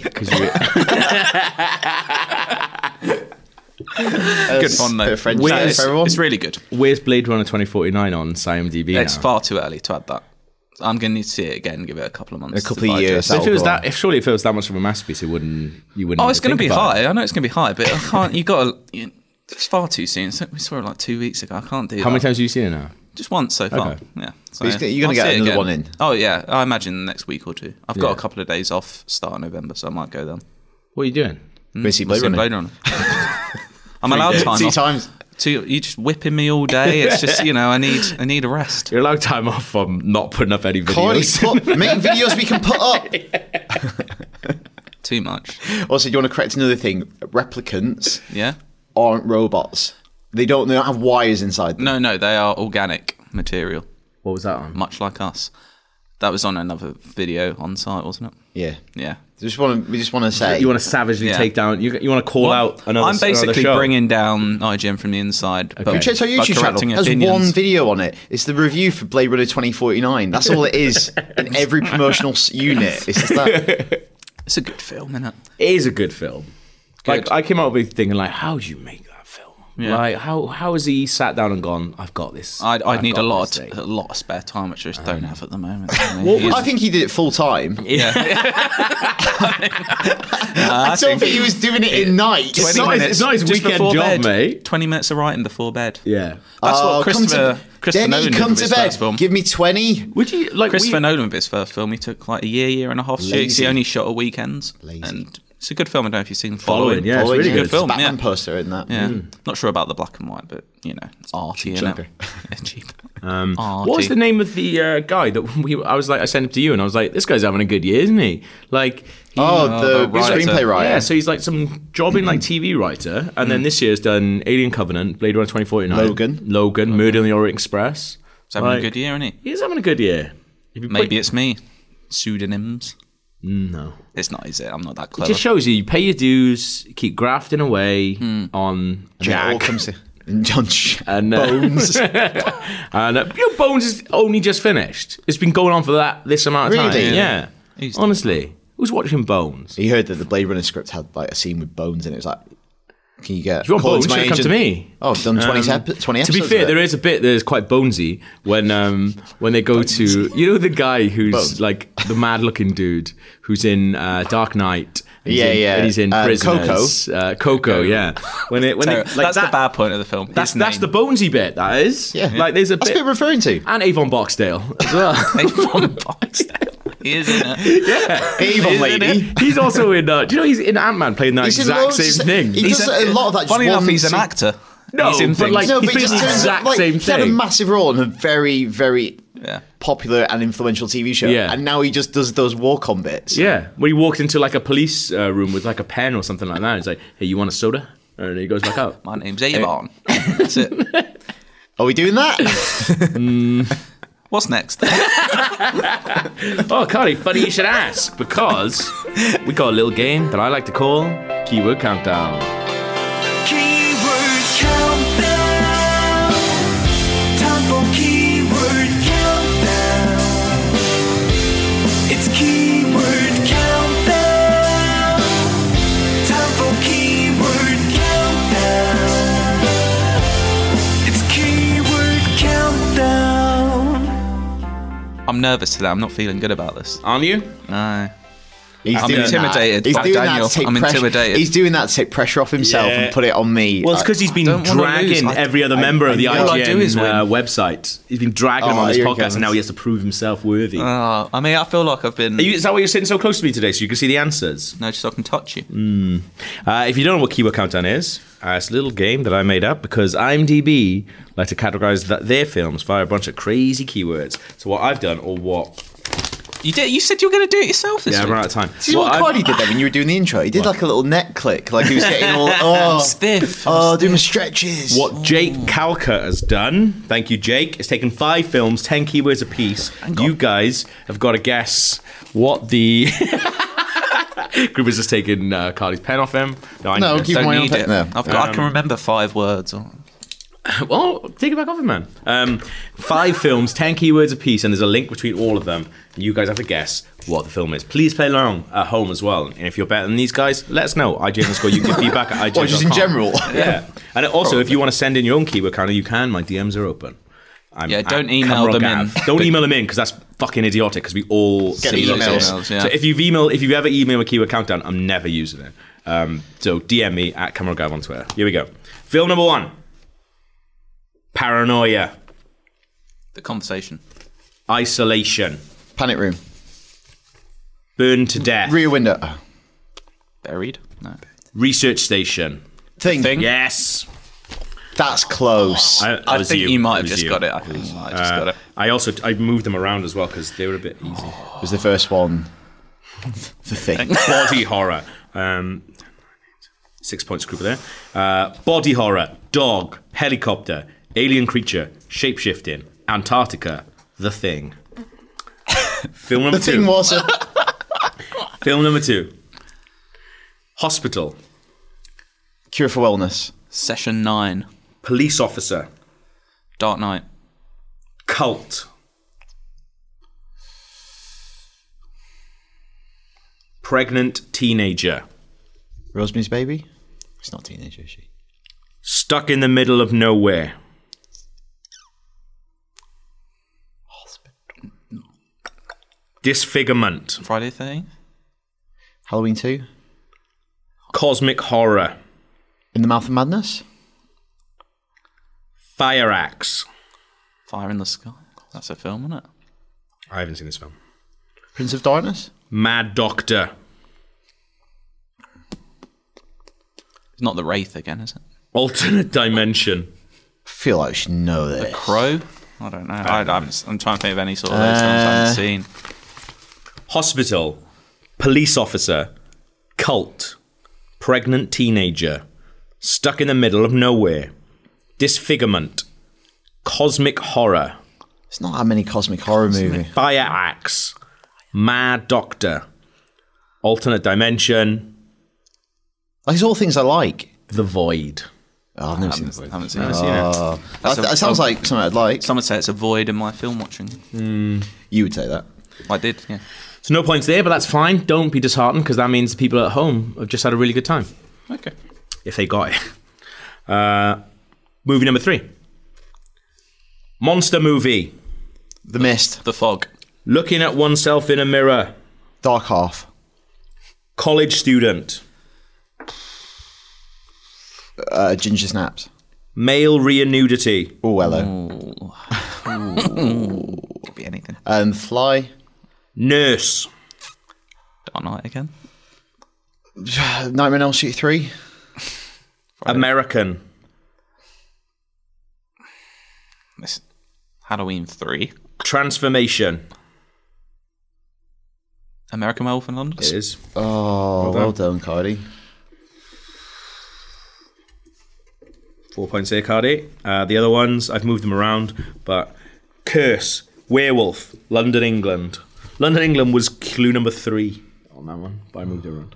A: good fun though.
C: bit of French
A: No,
C: there
A: it's,
C: for everyone.
A: it's really good.
B: Where's Blade Runner 2049 on IMDb
A: It's
B: now?
A: far too early to add that. I'm going to need to see it again. Give it a couple of months.
C: A couple
A: to
C: of
A: digest.
C: years.
B: So if it was
C: Algol.
B: that, if surely if it was that much of a masterpiece, it wouldn't. You wouldn't.
A: Oh,
B: even
A: it's going to
B: think
A: be
B: about it.
A: high. I know it's going to be high, but I can't. You got to. It's far too soon. So we saw it like two weeks ago. I can't do.
B: How
A: that.
B: many times have you seen it now?
A: Just once so far.
B: Okay.
A: Yeah. So
C: But he's gonna- you're gonna
A: I'll
C: get
A: see it
C: another
A: again.
C: one in.
A: Oh yeah, I imagine next week or two. I've got
B: Yeah.
A: a couple of days off start of November, so I might go then.
B: What are you doing?
C: Go and see Blade
A: See
C: Runner.
A: Blade Runner. I'm allowed time.
C: Two
A: off.
C: times.
A: Two- you just whipping me all day. It's just you know I need I need a rest.
B: You're allowed time off from not putting up any
C: Corny,
B: videos.
C: put, make videos we can put up.
A: Too much.
C: Also, do you want to correct another thing? Replicants
A: Yeah.
C: aren't robots. They don't. They don't have wires inside them.
A: No, no, they are organic material,
B: What was that on?
A: much like us. That was on another video on site, wasn't it?
C: Yeah.
A: Yeah.
C: Just want to. We just want to say.
B: You want to savagely
A: Yeah.
B: take down? You, you want to call out another?
A: I'm basically
B: another show?
A: bringing down IGN from the inside. But
B: Who
C: Who checks our
A: by
C: YouTube channel?
A: correcting
C: There's
A: opinions.
C: one video on it. It's the review for Blade Runner 2049. That's all it is in every promotional s- unit. It's just that.
A: It's a good film, isn't it?
B: It is a good film. Like
A: Good.
B: I came out with thinking, like, how do you make that film?
A: Yeah.
B: Like how how has he sat down and gone? I've got this.
A: I'd, I'd
B: I've
A: need a
B: got
A: lot,
B: this
A: of,
B: thing."
A: a lot of spare time, which I just don't have at the moment.
C: I think he did it full time.
A: yeah.
C: I don't think he was doing it in nights.
B: It's not his- it's not his
A: Just
B: weekend
A: before
B: job,
A: bed.
B: mate.
A: Twenty minutes of writing before bed.
B: Yeah.
A: That's
C: Oh,
A: what
C: come to-
A: Christopher, Christopher
C: Denny,
A: Nolan
C: come
A: did with
C: to
A: his
C: bed.
A: first film.
C: Give me 20.
B: Would you like?
A: Christopher
B: we,
A: Nolan with his first film, he took like a year, year and a half. Shoots.
C: Lazy.
A: He only shot at weekends,
C: Lazy.
A: and it's a good film. I don't know if you've seen
B: Following,
A: Following.
B: yeah, it's
C: Following
B: really
C: it.
B: good.
C: It's
A: film,
C: Batman
A: yeah.
C: poster in that.
A: Yeah.
B: Hmm.
A: Not sure about the black and white, but you know, it's arty and
C: cheaper.
A: cheap.
B: Ah,
A: Ah,
B: Um,
A: Arty.
B: what was the name of the uh, guy that we? I was like, I sent him to you, and I was like, this guy's having a good year, isn't he? Like, he-
C: Oh, the,
A: the writer.
C: screenplay writer. Hmm.
B: Yeah, so he's like some jobbing like TV writer, and then this year has done Alien Covenant, Blade Runner 2049,
C: Logan.
B: Logan, Murder on the Orient Express.
A: He's having
B: Like,
A: a good year, isn't he?
B: He's having a good year. If you put-
A: Maybe it's me. Pseudonyms.
B: Mm, no.
A: It's not, is it? I'm not that
B: It
A: clever.
B: just shows you, you pay your dues, keep grafting away
A: Hmm.
B: on
C: It all
B: Jack,
C: comes to John Sh-
B: and uh,
C: Bones.
B: and uh, your Bones is only just finished. It's been going on for that this amount of time.
C: Really?
B: Yeah,
A: He's-
B: honestly, who's watching Bones?
C: he heard that the Blade Runner script had like a scene with Bones in it. It was like, can you get.
B: If you want
C: call
B: Bones,
C: into
B: you
C: my
B: should come to
C: agent.
B: me.
C: Oh, I've done 20,
B: Um,
C: ep- 20
B: To be
C: episodes.
B: fair,
C: of it.
B: there is a bit that is quite bonesy when um, when they go to you know the guy who's
C: Bones.
B: like the mad looking dude who's in uh, Dark Knight. and he's
C: Yeah,
B: in-
C: yeah.
B: And he's in
C: Uh,
B: prisoners. Uh, Coco, yeah. When it when they,
A: Terri-
B: like
A: that's
B: that,
A: the bad point of the film.
B: that's that's the bonesy bit. That is.
C: Yeah.
B: Like there's a
C: That's
B: bit.
C: what we're referring to.
B: and Avon Boxdale as well.
A: he is in it.
C: Avon lady.
B: he's also in. Uh, do you know he's in Ant Man playing that
C: He's in
B: exact
C: loads of
B: same
C: se-
B: thing?
C: he does a lot of that. just
A: Funny enough,
C: one
A: he's an
C: scene.
A: actor.
B: No,
A: he's in
B: but,
A: things.
B: like-
C: No,
B: He's
C: but it
B: been
C: just
B: the
C: turns
B: exact
C: like,
B: same
C: He had a
B: thing.
C: massive role in a very, very
A: Yeah.
C: popular and influential TV show,
B: Yeah.
C: and now he just does those war on bits.
B: Yeah, when he walked into like a police uh, room with like a pen or something like that, he's like, "Hey, you want a soda?" And he goes back out.
A: My name's Avon. That's it.
C: Are we doing that?
A: What's next?
B: Oh, Carly, funny you should ask because we got a little game that I like to call Keyword Countdown.
D: Keyword countdown. Time for keyword countdown. It's keyword countdown.
A: I'm nervous today. I'm not feeling good about this.
B: Aren't you?
A: No.
C: He's
A: I'm
C: doing
A: intimidated
C: That. He's
A: by
C: doing
A: Daniel.
C: that to take
A: I'm
C: pressure.
A: intimidated.
C: He's doing that to take pressure off himself
B: Yeah.
C: and put it on uh, me.
B: Well, it's
C: Like,
B: because he's been
A: don't wanna
B: dragging
A: lose. I-
B: every other member of the
C: I-
A: all I
B: IGN
A: do is
B: uh,
A: win.
B: website. He's been dragging him
C: Oh,
B: on this
C: here he
B: podcast,
C: comes.
B: and now he has to prove himself worthy.
A: Oh, I mean, I feel like I've been.
B: Are you- is that why you're sitting so close to me today, so you can see the answers?
A: No, just so I can touch you.
B: Uh, if you don't know what Keyword Countdown is, uh, it's a little game that I made up because IMDb like to categorize th- their films via a bunch of crazy keywords. So what I've done, or what?
A: You did. You said you were going to do it yourself this
B: Yeah, I'm
A: week.
B: out of time.
C: See what
B: I've-
C: Cardi did there when you were doing the intro? He did like a little neck click, like he was getting all oh,
A: Stiff.
C: oh, doing my stretches.
B: What Jake Kalka has done, thank you, Jake, It's taken five films, ten keywords apiece. You guys have got to guess what the. Grubbers has taken uh, Cardi's pen off him. No, I
C: No,
B: know.
C: keep
A: Don't
C: my own
A: need
C: pe-
A: it.
C: no.
A: I've got. I can remember five words. Or...
B: Well, take it back off him, man. Um, five films, ten keywords apiece, and there's a link between all of them. You guys have to guess what the film is. Please play along at home as well. And if you're better than these guys, let us know. IGN underscore you give feedback at IGN.
C: Or just in general.
B: Yeah. And also, if you want to send in your own keyword counter, you can. My DMs are open. I'm
A: Yeah,
B: at
A: don't email
B: Kamrok
A: them
B: Av.
A: in.
B: Don't email them in because that's fucking idiotic. Because we all get
C: the emails.
A: Emails, yeah.
B: So if you've emailed, if you've ever emailed a keyword countdown, I'm never using it. Um, so DM me at Cameron Gav on Twitter. Here we go. Film number one. Paranoia,
A: The conversation.
B: isolation,
C: Panic room.
B: burned to death,
C: Rear window. Oh.
A: Buried. No.
B: research station.
C: Thing.
A: Thing.
B: Yes,
C: That's close.
B: I, that
A: Hmm. I
B: was
A: think you, might have
B: was
A: just
B: you.
A: got it. I think you might have just got
B: Uh,
A: it.
B: I also I moved them around as well because they were a bit easy.
C: was the first one. the thing.
B: body horror. Um, six points Cooper there. Uh, body horror, dog, helicopter, alien creature, shapeshifting, Antarctica, the thing. Film number
C: The
B: two.
C: thing was a
B: Film number two. Hospital,
C: cure for wellness.
A: Session nine.
B: police officer,
A: Dark Knight.
B: cult. Pregnant teenager.
C: Rosemary's baby. She's not a teenager, is she?
B: Stuck in the middle of nowhere. Disfigurement.
A: Friday the thirteenth.
C: Halloween two.
B: Cosmic horror.
C: In the mouth of madness.
B: Fire axe.
A: Fire in the sky. That's a film, isn't it?
B: I haven't seen this film.
C: Prince of Darkness.
B: Mad Doctor.
A: It's not the Wraith again, is it?
B: Alternate dimension.
C: feel like I should know this.
A: Crow. I don't know. I, I'm, I'm trying to think of any sort of those films I haven't seen.
B: Hospital. Police officer. Cult. Pregnant teenager. Stuck in the middle of nowhere. Disfigurement. Cosmic horror.
C: It's not that many cosmic horror movie.
B: Fire Axe, Mad Doctor, Alternate Dimension,
C: Like, it's all things I like.
B: The Void.
C: Oh, I've never seen this.
A: I haven't seen it.
C: That,
A: a-
C: that sounds
A: oh.
C: like something I'd like.
A: Someone said it's a void in my film watching.
C: You would say that.
A: I did. Yeah.
B: So no points there, but that's fine. Don't be disheartened because that means the people at home have just had a really good time
A: Okay.
B: if they got it. Uh, movie number three. Monster movie.
C: The Mist,
A: The Fog.
B: Looking at oneself in a mirror.
C: Dark Half,
B: College student.
C: uh, Ginger Snaps, Oh,
B: Male rear nudity.
C: Orwello,
A: Could be anything.
C: and Um, Fly,
B: Nurse.
A: Dark Knight again.
C: Nightmare on Elm Street 3,
B: American.
A: This Halloween three.
B: Transformation.
A: American Werewolf in London.
B: It is.
C: Oh, well done, Cardi.
B: Four points here, Cardi. Uh, the other ones, I've moved them around, but Curse, Werewolf, London, England. London, England was clue number three on that one, but I moved it around.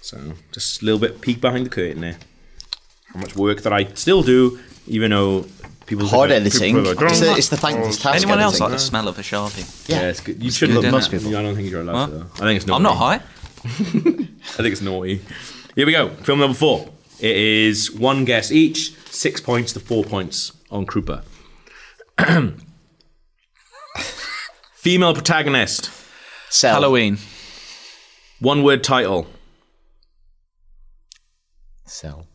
B: So just a little bit peek behind the curtain there. How much work that I still do, even though people
C: Hard
B: think I-
C: editing.
B: people are like,
C: It's the, it's the thankless task.
A: Anyone else like
C: editing.
A: the smell of a sharpie?
B: yeah,
C: Yeah.
B: it's good. You shouldn't
A: good,
B: look
C: most
B: most people.
C: people.
B: I don't think you're allowed to.
A: Well,
B: though. I think it's naughty.
A: I'm not high.
B: I think it's naughty. Here we go. Film number four. It is one guess each, six points to four points on Krupa. Female protagonist.
C: Cell.
A: Halloween.
B: One word title.
C: Cell.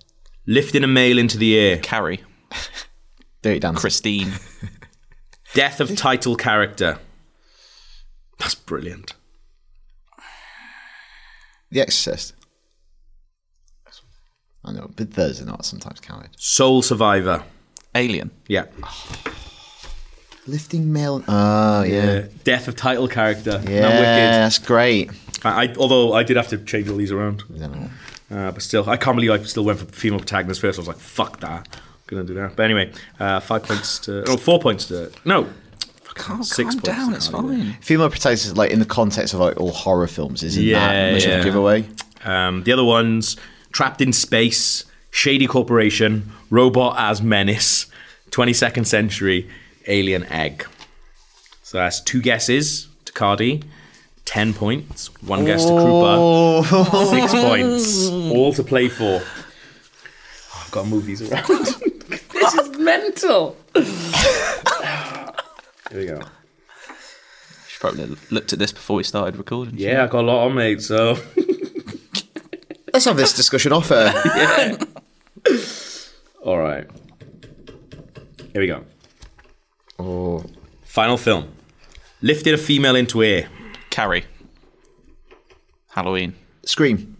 B: Lifting a male into the air.
A: Carrie.
C: Dirty Dancing.
A: Christine.
B: Death of title character. That's brilliant.
C: The Exorcist. I know, but those are not sometimes counted.
B: Soul survivor.
A: Alien.
B: Yeah.
C: Lifting male. Oh, yeah.
B: Death of title character.
C: Yeah,
B: Not wicked.
C: that's great.
B: I, I, although I did have to change all these around.
C: I don't know.
B: Uh, but still, I can't believe I still went for female protagonist first. I was like, fuck that. gonna do that. But anyway, uh, five points to. No, four points to. No.
A: Calm,
B: Six
A: calm
B: points
A: down,
B: to
A: it's
B: Hollywood.
A: fine.
C: Female protagonist, like in the context of like all horror films, isn't
B: Yeah,
C: that much of
B: yeah.
C: a giveaway?
B: Um, the other ones Trapped in Space, Shady Corporation, Robot as Menace, 22nd Century, Alien Egg. So that's two guesses to Cardi, 10 points, one guess to Krupa, six points, all to play for. I've got to move these around. this is mental. Here we go.
A: Should probably looked at this before we started recording.
B: Yeah, I got a lot on, mate, so.
C: Let's have this discussion off air.
B: All right. Here we go.
C: oh,
B: Final film. Lifted a female into air.
A: Carrie. Halloween.
C: Scream.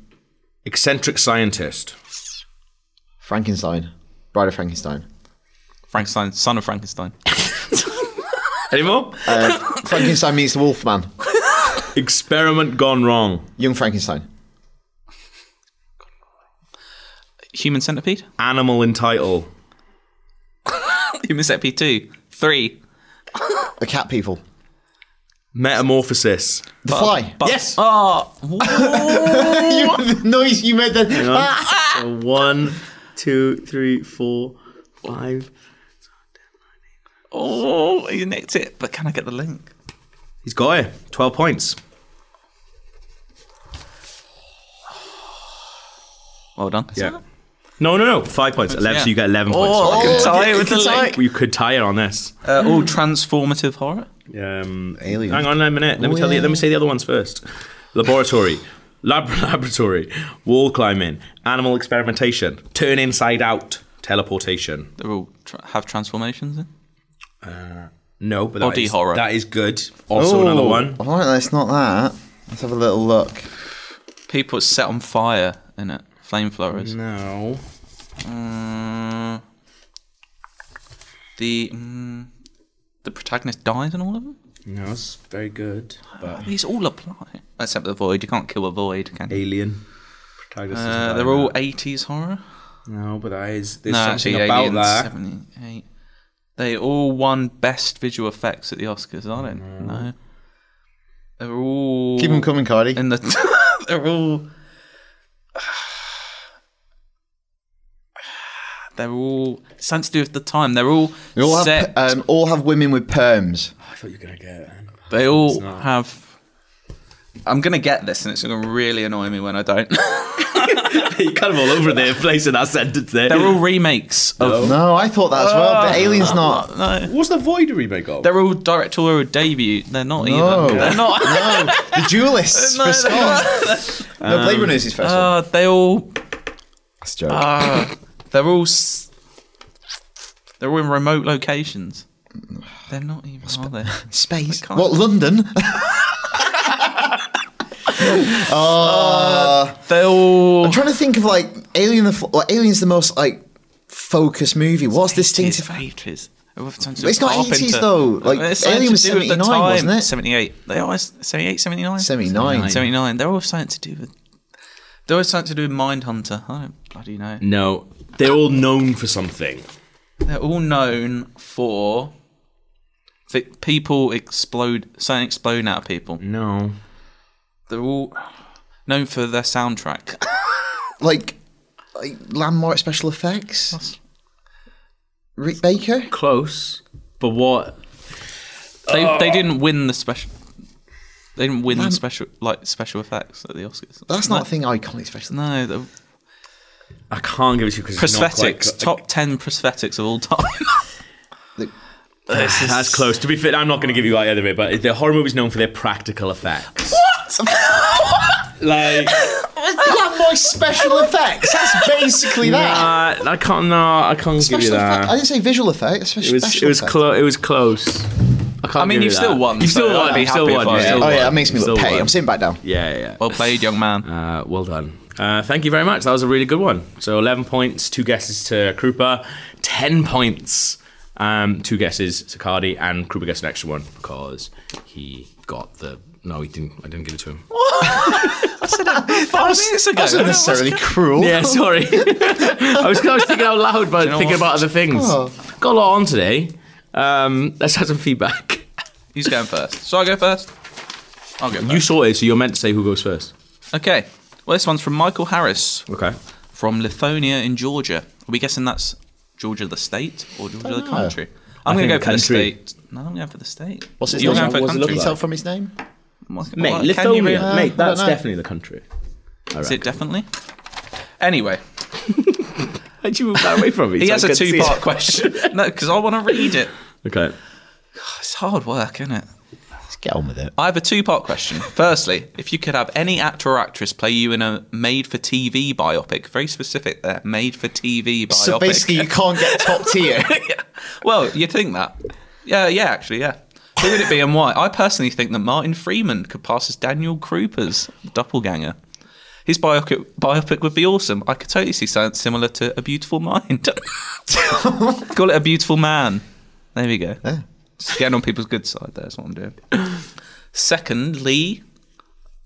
B: Eccentric scientist.
C: Frankenstein. Bride of Frankenstein.
A: Frankenstein. Son of Frankenstein.
B: Any more?
C: Frankenstein meets the Wolfman.
B: Experiment gone wrong.
C: Young Frankenstein.
A: Human centipede.
B: Animal in title.
A: Human centipede two. Three.
C: The Cat People.
B: Metamorphosis.
C: The Fly.
B: yes.
C: ah,
A: Oh,
C: you, the noise you made then.
B: So one, two, three, four, five.
A: oh, you nicked it. But can I get the link?
B: He's got it. Twelve points.
A: Well done.
B: No, no, no. Five points. Eleven. So you get eleven
A: Oh,
B: points.
A: I can tie it with the
C: can tie.
A: link.
B: You could tie it on this.
A: Uh, all transformative horror.
B: Um,
C: Alien.
B: Hang on a minute. Let me tell you. Let me say the other ones first. Laboratory, lab, laboratory, wall climbing, animal experimentation, turn inside out, teleportation.
A: They're all tra- have transformations. In.
B: No, but that
A: Body
B: is-
A: horror.
B: That is good. Also another one.
C: All right, that's not Ah. that. Let's have a little look.
A: People set on fire in it. Flamethrowers.
B: No.
A: Uh, the mm, the protagonist dies in all of them.
B: No, it's very good. But
A: These all apply, except the void. You can't kill a void, can you?
B: alien. Protagonist is
A: Uh,
B: about
A: they're all
B: that.
A: eighties horror.
B: No, but that is there's
A: no,
B: something
A: actually,
B: about
A: Aliens
B: that.
A: seventy-eight. They all won best visual effects at the Oscars. I
B: Mm.
A: don't know. They're all
C: Keep them coming, Cardi.
A: in the. they're all. They're all something to do with the time. They're all,
C: They all have,
A: set.
B: uh,
C: pe- um, all have women with perms.
B: I thought you were gonna get. it.
A: They all
B: not.
A: have. I'm gonna get this, and it's gonna really annoy me when I don't.
B: You're kind of all over the place in that sentence there.
A: they're all remakes of.
C: No, I thought that as well,
A: Ah.
C: but Alien's not.
A: No,
B: What's the void remake of?
A: they're all directorial debut. They're not
C: No.
A: either. They're not.
C: No, the duelists
A: No,
C: for
A: they're
C: Scott. no, Blade Runner is his first one.
A: Uh, they all.
C: That's a joke.
A: They're all. S- they're all in remote locations. They're not even. Are they?
C: Space.
A: can't-
C: What, London?
A: They're all.
C: I'm trying to think of like Alien. The fl- like, Alien's the most like focused movie. What's distinctive?
A: eighties.
C: It's not 80s though, like, Alien was 79, wasn't it?
A: 78. They always 78, 79?
C: 79.
A: 79. They're all something to do with. They're all something to do with Mindhunter. I don't bloody know.
B: No, they're all known for something.
A: They're all known for. fi- People explode, something exploding out of people.
B: No.
A: They're all known for their soundtrack.
C: Like, like landmark special effects. Rick Baker.
B: Close. But what?
A: They, they didn't win the special. They didn't win the special like special effects at the Oscars.
C: That's not a thing. Iconic special.
A: No, the
B: I can't give it to you because
A: prosthetics.
B: It's not quite,
A: top ten prosthetics of all time.
C: The
B: That's close. To be fair, I'm not going to give you either bit, but the horror movie's known for their practical effects. Like,
C: That my special effects. That's basically that.
B: nah, I can't. No, I can't give you
C: Special effect. I
B: that.
C: didn't say visual effects. Special,
B: It was. It
C: special
B: was
C: effects.
B: close. It was close. I, can't
A: I mean,
B: give
A: you've
B: you
A: still
B: that.
A: won,
B: You've still
A: so I'd
B: won.
A: be
B: You've still
A: happy if
B: won.
A: I-
B: yeah.
A: still
C: Oh yeah, that makes me look
B: Still
C: petty.
B: won.
C: I'm sitting back down.
B: Yeah, yeah.
A: Well played, young man.
B: Uh, well done. Uh, thank you very much. That was a really good one. So 11 points, two guesses to Krupa, 10 points, um, two guesses to Cardi, and Krupa gets an extra one because he got the. No, he didn't. I didn't give it to him.
A: Five minutes ago.
C: That's not necessarily cruel.
B: Yeah, sorry. I, was, I was thinking out loud, but
A: know
B: thinking
A: what?
B: about other things.
C: Oh.
B: Got a lot on today. Um, let's have some feedback.
A: Who's going first? Shall I go first? I'll go first.
B: You saw it, so you're meant to say who goes first.
A: Okay. Well, this one's from Michael Harris
B: Okay.
A: from Lithonia in Georgia. Are we guessing that's Georgia the state or Georgia the country? I'm
B: I
A: going to go
B: think
A: for
B: the
A: the
B: country.
A: state. No, I'm going for the state.
C: What's his
A: You're
C: name?
A: going for
B: What's it
C: Can
B: look
A: country.
C: you
B: like?
C: tell from his name?
A: What-
B: Mate,
A: what- can you
B: Lithuania.
A: really-
B: mate, that's
C: know.
B: definitely the country.
A: Is it definitely? Anyway,
B: How'd you move that away from me?
A: he
B: so I
A: has a
B: could see it?
A: two-part question. No, because I want to read it.
B: Okay.
A: It's hard work, isn't it?
C: Let's get on with it.
A: I have a two part question. Firstly, if you could have any actor or actress play you in a made for TV biopic, very specific there, made for TV biopic.
C: So basically, you can't get top tier.
A: well, you'd think that. Yeah, yeah, actually, yeah. Who would it be and why? I personally think that Martin Freeman could pass as Daniel Krupa's doppelganger. His biopic, biopic would be awesome. I could totally see something similar to A Beautiful Mind. Call it A Beautiful Man. There we go. Just getting on people's good side there is what I'm doing. Secondly,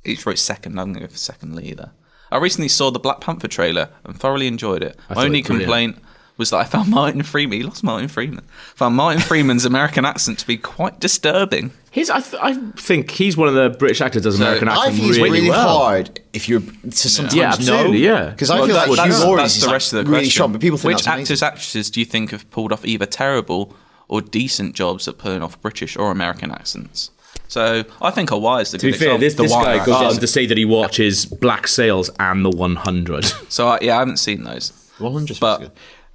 A: each wrote second. I'm going to go for secondly there. I recently saw the Black Panther trailer and thoroughly enjoyed it.
B: thought
A: My only
B: it was brilliant.
A: complaint was that I found Martin Freeman. He lost Martin Freeman. Found Martin Freeman's American accent to be quite disturbing.
B: He's, I, th- I think he's one of the British actors that does American
C: I
B: accent
C: think it's
B: really,
C: really
B: well.
C: hard if you're to sometimes
B: Yeah,
C: know.
B: absolutely, yeah.
C: because I
B: Well,
C: feel
B: that-
C: like
B: that's-
C: Hugh Laurie's
A: that's the
C: is,
A: rest
C: like,
A: of the
C: really
A: question.
C: strong, but people think
A: Which
C: that's amazing.
A: actors, actresses do you think have pulled off either terrible or decent jobs at pulling off British or American accents? So I think Hawaii is the
B: To
A: good
B: be fair,
A: example.
B: this,
A: The Um,
B: this
A: Wire
B: guy goes
A: accent.
B: on to say that he watches Black Sails and The 100.
A: So I, yeah, I haven't seen those.
C: 100
A: But-
C: good.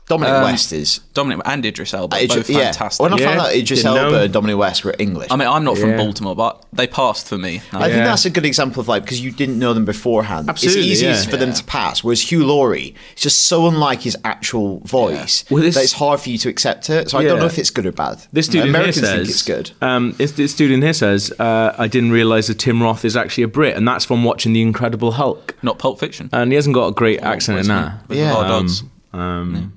C: Dominic
A: um,
C: West is
A: Dominic and Idris Elba,
C: Idri-
A: both
C: Uh, yeah.
A: fantastic.
C: When I
B: Yeah.
C: found out Idris
B: Didn't
C: Elba
B: know.
C: and Dominic West were English,
A: I mean, I'm not
B: Yeah.
A: from Baltimore, but they passed for me.
C: I think
B: Yeah.
C: that's a good example of like because you didn't know them beforehand.
B: Absolutely,
C: it's easy
B: yeah.
C: for them to pass. Whereas Hugh Laurie is just so unlike his actual voice
B: Well, this-
C: that it's hard for you to accept it. So I don't
B: Yeah.
C: know if it's good or bad.
B: This dude
C: Americans
B: in here says,
C: think it's good.
B: Um, this, this dude in here says, uh, I didn't realise that Tim Roth is actually a Brit, and that's from watching The Incredible Hulk.
A: Not Pulp Fiction.
B: And he hasn't got a great
C: Oh,
B: accent in that.
C: Yeah.
A: Hard
B: Um,
A: odds.
B: um,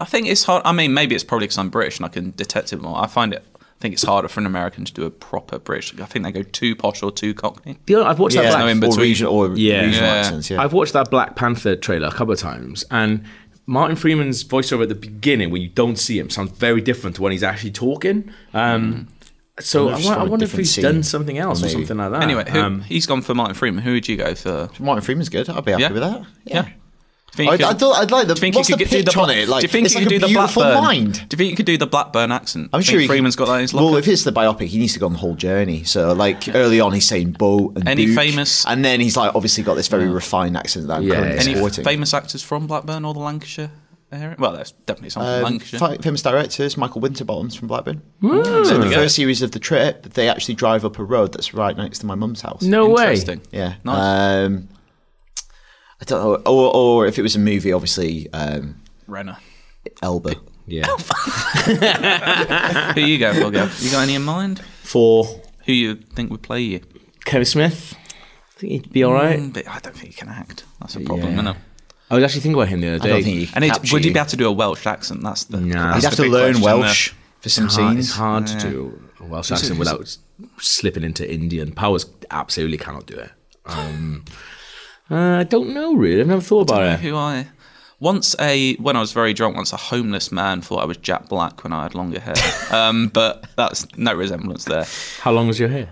A: I think it's hard. I mean, maybe it's probably because I'm British and I can detect it more. I find it. I think it's harder for an American to do a proper British. I think they go too posh or too cockney.
B: the other- I've watched that
C: yeah,
B: Black
A: no in
C: or
A: between.
C: regional, or
B: Yeah.
C: regional
A: Yeah.
C: accents. Yeah,
B: I've watched that Black Panther trailer a couple of times, and Martin Freeman's voiceover at the beginning, when you don't see him, sounds very different to when he's actually talking. Um, so I,
C: Just
B: wa- I
C: from a
B: wonder if
C: different
B: he's
C: scene,
B: done something else
C: maybe.
B: or something like that.
A: Anyway, who,
B: Um,
A: he's gone for Martin Freeman. Who would you go for?
C: Martin Freeman's good. I'd be happy
A: Yeah.
C: with that.
A: Yeah. Think
C: I,
A: you
C: I
A: could-
C: don't, I'd like the.
A: do you think
C: what's
A: you could
C: the
A: do
C: pitch
A: the
C: on it? Like,
A: do you think
C: it's
A: you
C: like
A: could
C: a
A: do the
C: beautiful
A: Blackburn? Do
C: mind.
A: you think you could do the Blackburn accent?
C: I'm
A: Think
C: sure he
A: Freeman's got that in his locker.
C: Well, if it's the biopic, he needs to go on the whole journey. So, like early on, he's saying Bo and
A: Any
C: Duke,
A: famous-
C: and then he's like obviously got this very refined accent that I'm
B: Yeah,
C: currently
B: yeah.
A: Any
C: sporting.
A: famous actors from Blackburn or the Lancashire area? Well, there's definitely some from
C: Um,
A: Lancashire.
C: fi- famous directors Michael Winterbottom's from Blackburn. So in the first series of the trip, they actually drive up a road that's right next to my mum's house.
B: no way.
A: Interesting.
C: Yeah.
A: Nice.
C: Um, I don't know, or, or if it was a movie, obviously um,
A: Renner.
C: Elba.
B: Yeah.
A: Who you going for, Gav? You got any in mind?
B: For
A: Who you think would play you?
B: Kevin Smith, I think he'd be all right.
A: Mm, But I don't think he can act. That's a problem,
B: Yeah.
A: isn't it?
B: I was actually thinking about him the other
C: I
B: day.
C: don't think he
A: And it,
C: capture
A: would he
C: you.
A: be able to do a Welsh accent? That's the.
B: Nah.
A: that's
C: He'd have
A: the
C: to
A: big
C: learn
A: question
C: Welsh for some
B: it's hard, Uh, it's
C: scenes.
B: hard to do a Welsh accent without slipping into Indian. Powers absolutely cannot do it. Um, uh, I don't know really. I've never thought about
A: there.
B: it.
A: Who I once a when I was very drunk once a homeless man thought I was Jack Black when I had longer hair. um, but that's no resemblance there.
B: How long was your hair?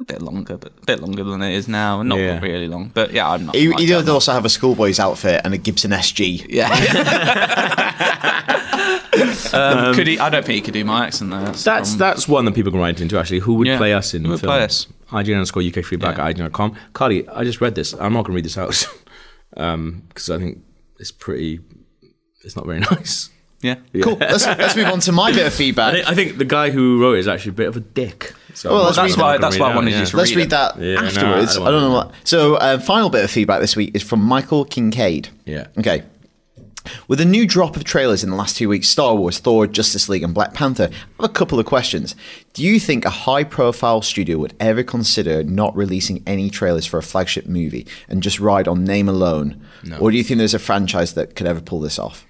A: A bit longer, but a bit longer than it is now, and not
B: Yeah.
A: really long. But yeah, I'm not.
C: He,
A: like
C: he
A: Jack
C: did also have a schoolboy's outfit and a Gibson SG.
A: Yeah. um, could he? I don't think he could do my accent though. That's,
B: That's
A: um,
B: that's one that people can write into actually. Who would
A: Yeah.
B: play us in
A: Who would
B: films?
A: play us?
B: IGN underscore UK feedback
A: Yeah.
B: at IGN.com. Cardi, I just read this. um, I'm not going to read this out because I think it's pretty. It's not very nice.
A: Yeah.
C: Cool. Let's, let's move on to my bit of
B: I
C: feedback.
B: think, I think the guy who wrote it is actually a bit of a dick. So
C: Well,
B: I'm
C: that's
B: not-
C: why-
B: I'm not gonna
A: that's why I
B: it
A: wanted
B: out,
A: you
B: yeah.
A: to
C: Let's
A: read
C: read
A: it.
C: that
B: Yeah, no,
C: afterwards.
B: I
C: I
B: don't
C: don't, know
B: wanna-
C: what. So, uh, final bit of feedback this week is from Michael Kincaid.
B: Yeah.
C: Okay. With a new drop of trailers in the last two weeks Star Wars, Thor, Justice League, and Black Panther, I have a couple of questions. Do you think a high profile studio would ever consider not releasing any trailers for a flagship movie and just ride on name alone? Or do you think there's a franchise that could ever pull this off?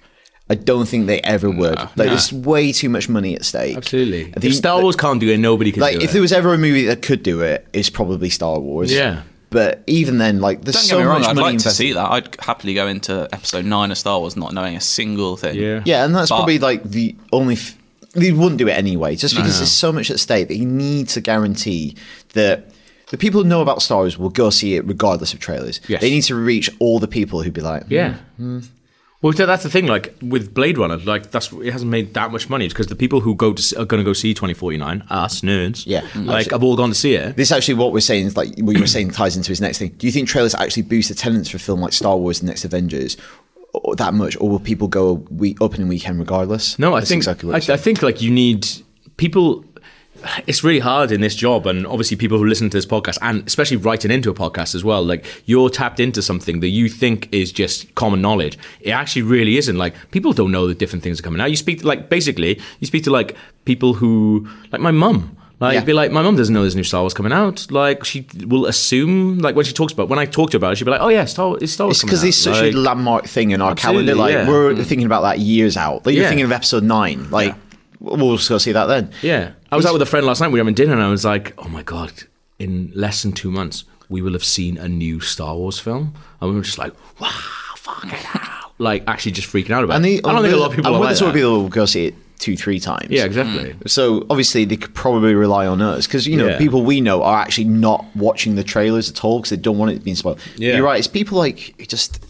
C: I don't think they ever would. Like, there's way too much money at stake.
B: Absolutely.
C: I
B: If
C: think-
B: Star Wars can't do it, nobody can
C: like
B: do
C: if
B: it.
C: there was ever a movie that could do it, it's probably Star Wars.
B: Yeah.
C: But even then, like there's
A: Don't
C: so
A: get me wrong,
C: much
A: I'd
C: money
A: like to
C: invested.
A: see that. I'd happily go into episode 9 of Star Wars not knowing a single thing.
B: Yeah.
C: Yeah, and that's
A: But-
C: probably like the only. F- they wouldn't do it anyway, just because there's so much at stake that you need to guarantee that the people who know about Star Wars will go see it regardless of trailers.
B: Yes.
C: They need to reach all the people who'd be like,
B: Yeah. Well, that- that's the thing. Like with Blade Runner, like that's it hasn't made that much money because the people who go to s- are going to go see twenty forty nine us nerds.
C: Yeah. Mm.
B: like I've all gone to see it.
C: "Hmm, This actually, what we're saying is like what you were saying ties into his next thing. Do you think trailers actually boost attendance for a film like Star Wars: The Next Avengers or that much, or will people go a week opening weekend regardless?
B: No, I
C: That's
B: think
C: exactly what
B: I,
C: you're saying.
B: I think like you need people. It's really hard in this job, and obviously people who listen to this podcast, and especially writing into a podcast as well. Like you're tapped into something that you think is just common knowledge. It actually really isn't. Like people don't know that different things are coming out. You speak like basically you speak to like people who like my mum. Like
C: Yeah.
B: be like, my mum doesn't know there's new Star Wars coming out. Like she will assume, like when she talks about when I talk to her about it, she'd be like, oh yeah, Star Wars, it's Star Wars.
C: It's because it's such a
B: like,
C: landmark thing in our
B: Absolutely,
C: calendar. Like
B: yeah. Mm.
C: we're thinking about that years out. Like you're
B: Yeah.
C: thinking of episode nine. Like we'll just go see that then.
B: Yeah. I was out with a friend last night. We were having dinner, and I was like, oh my God, in less than two months, we will have seen a new Star Wars film. And we were just like, wow, fucking hell. Like, actually just freaking out about
C: And the,
B: it. I don't think a lot of people
C: I
B: are
C: wonder
B: like
C: if a lot
B: that.
C: of people will go see it two, three times.
B: Yeah, exactly.
C: Mm. So obviously they could probably rely on us because you know
B: Yeah.
C: people we know are actually not watching the trailers at all because they don't want it being spoiled.
B: Yeah.
C: You're right. It's people like who just.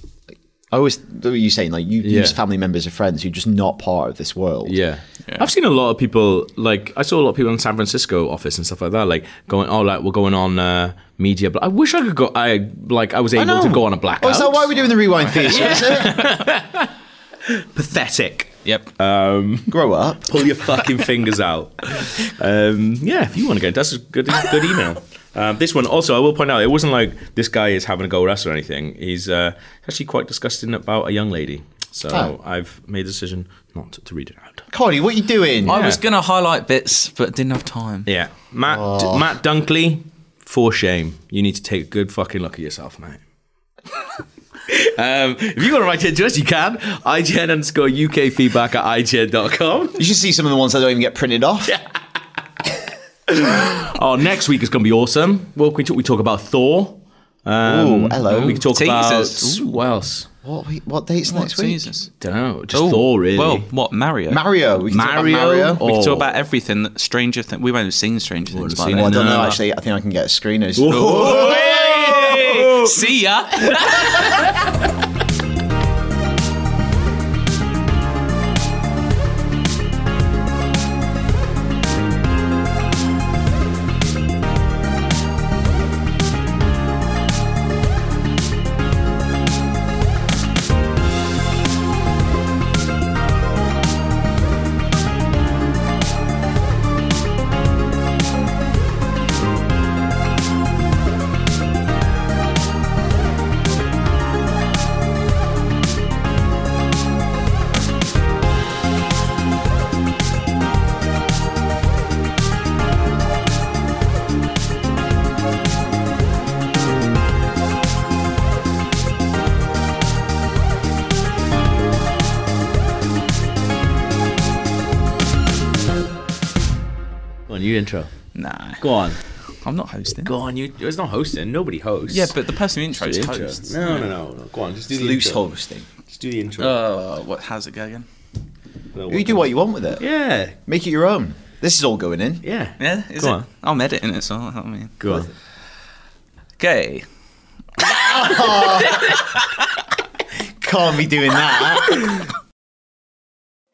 C: I always what were you saying like you
B: Yeah.
C: use family members or friends who are just not part of this world.
B: Yeah. I've seen a lot of people like I saw a lot of people in San Francisco office and stuff like that, like going, oh, like we're going on uh, media. But I wish I could go. I like I was
C: I
B: able
C: know.
B: to go on a blackout.
C: Oh, is that why we're doing the rewind theatre? is it?
B: pathetic?
A: Yep.
B: Uh,
C: Grow up.
B: pull your fucking fingers out. Um, yeah, if you want to go, that's a good good email. Um, this one also, I will point out, it wasn't like this guy is having a go at us or anything. He's uh, actually quite disgusting about a young lady. So
C: Oh.
B: I've made a decision not to read it out.
C: Connie, what are you doing?
A: I was going to highlight bits, but didn't have time.
B: Yeah, Matt Matt Dunkley, for shame, you need to take a good fucking look at yourself, mate. um, if you want to write it to us, you can. IGN underscore UK feedback at IGN.com.
C: You should see some of the ones that don't even get printed off.
B: Oh, next week is going to be awesome. Well, we talk, we talk about Thor.
C: Ooh, Um, hello.
B: We can talk
A: Teasers.
B: about what else?
C: What, we- what date's next week?
A: Jesus.
B: Don't know. Just
A: Oh,
B: Thor, really.
A: Well, what, Mario?
C: Mario. We can
B: Mario
C: Talk about Mario.
B: or-
A: We can
B: Oh.
A: talk about everything that Stranger Things. We won't have seen Stranger Things by
B: seen
C: Well, I
A: then.
C: don't
B: No.
C: know, actually. I think I can get a screeners.
A: See ya.
B: Go on, you intro.
A: nah.
B: Go on.
A: I'm not hosting.
B: Go on, you. It's not hosting. Nobody hosts.
A: Yeah, but the person who
B: Do
A: intros
B: the intro.
A: hosts.
B: No, no, no, no. Go on. Just do the
C: Loose
B: intro.
C: hosting.
B: Just do the intro.
A: Oh, what? How's it go again?
B: No,
C: You do what you want with it.
B: Yeah.
C: Make it your own. This is all going in.
B: Yeah.
A: Yeah, is
B: Go
A: it?
B: on.
A: I'm editing it, so I mean.
B: Go on.
A: Okay.
C: Can't be doing that.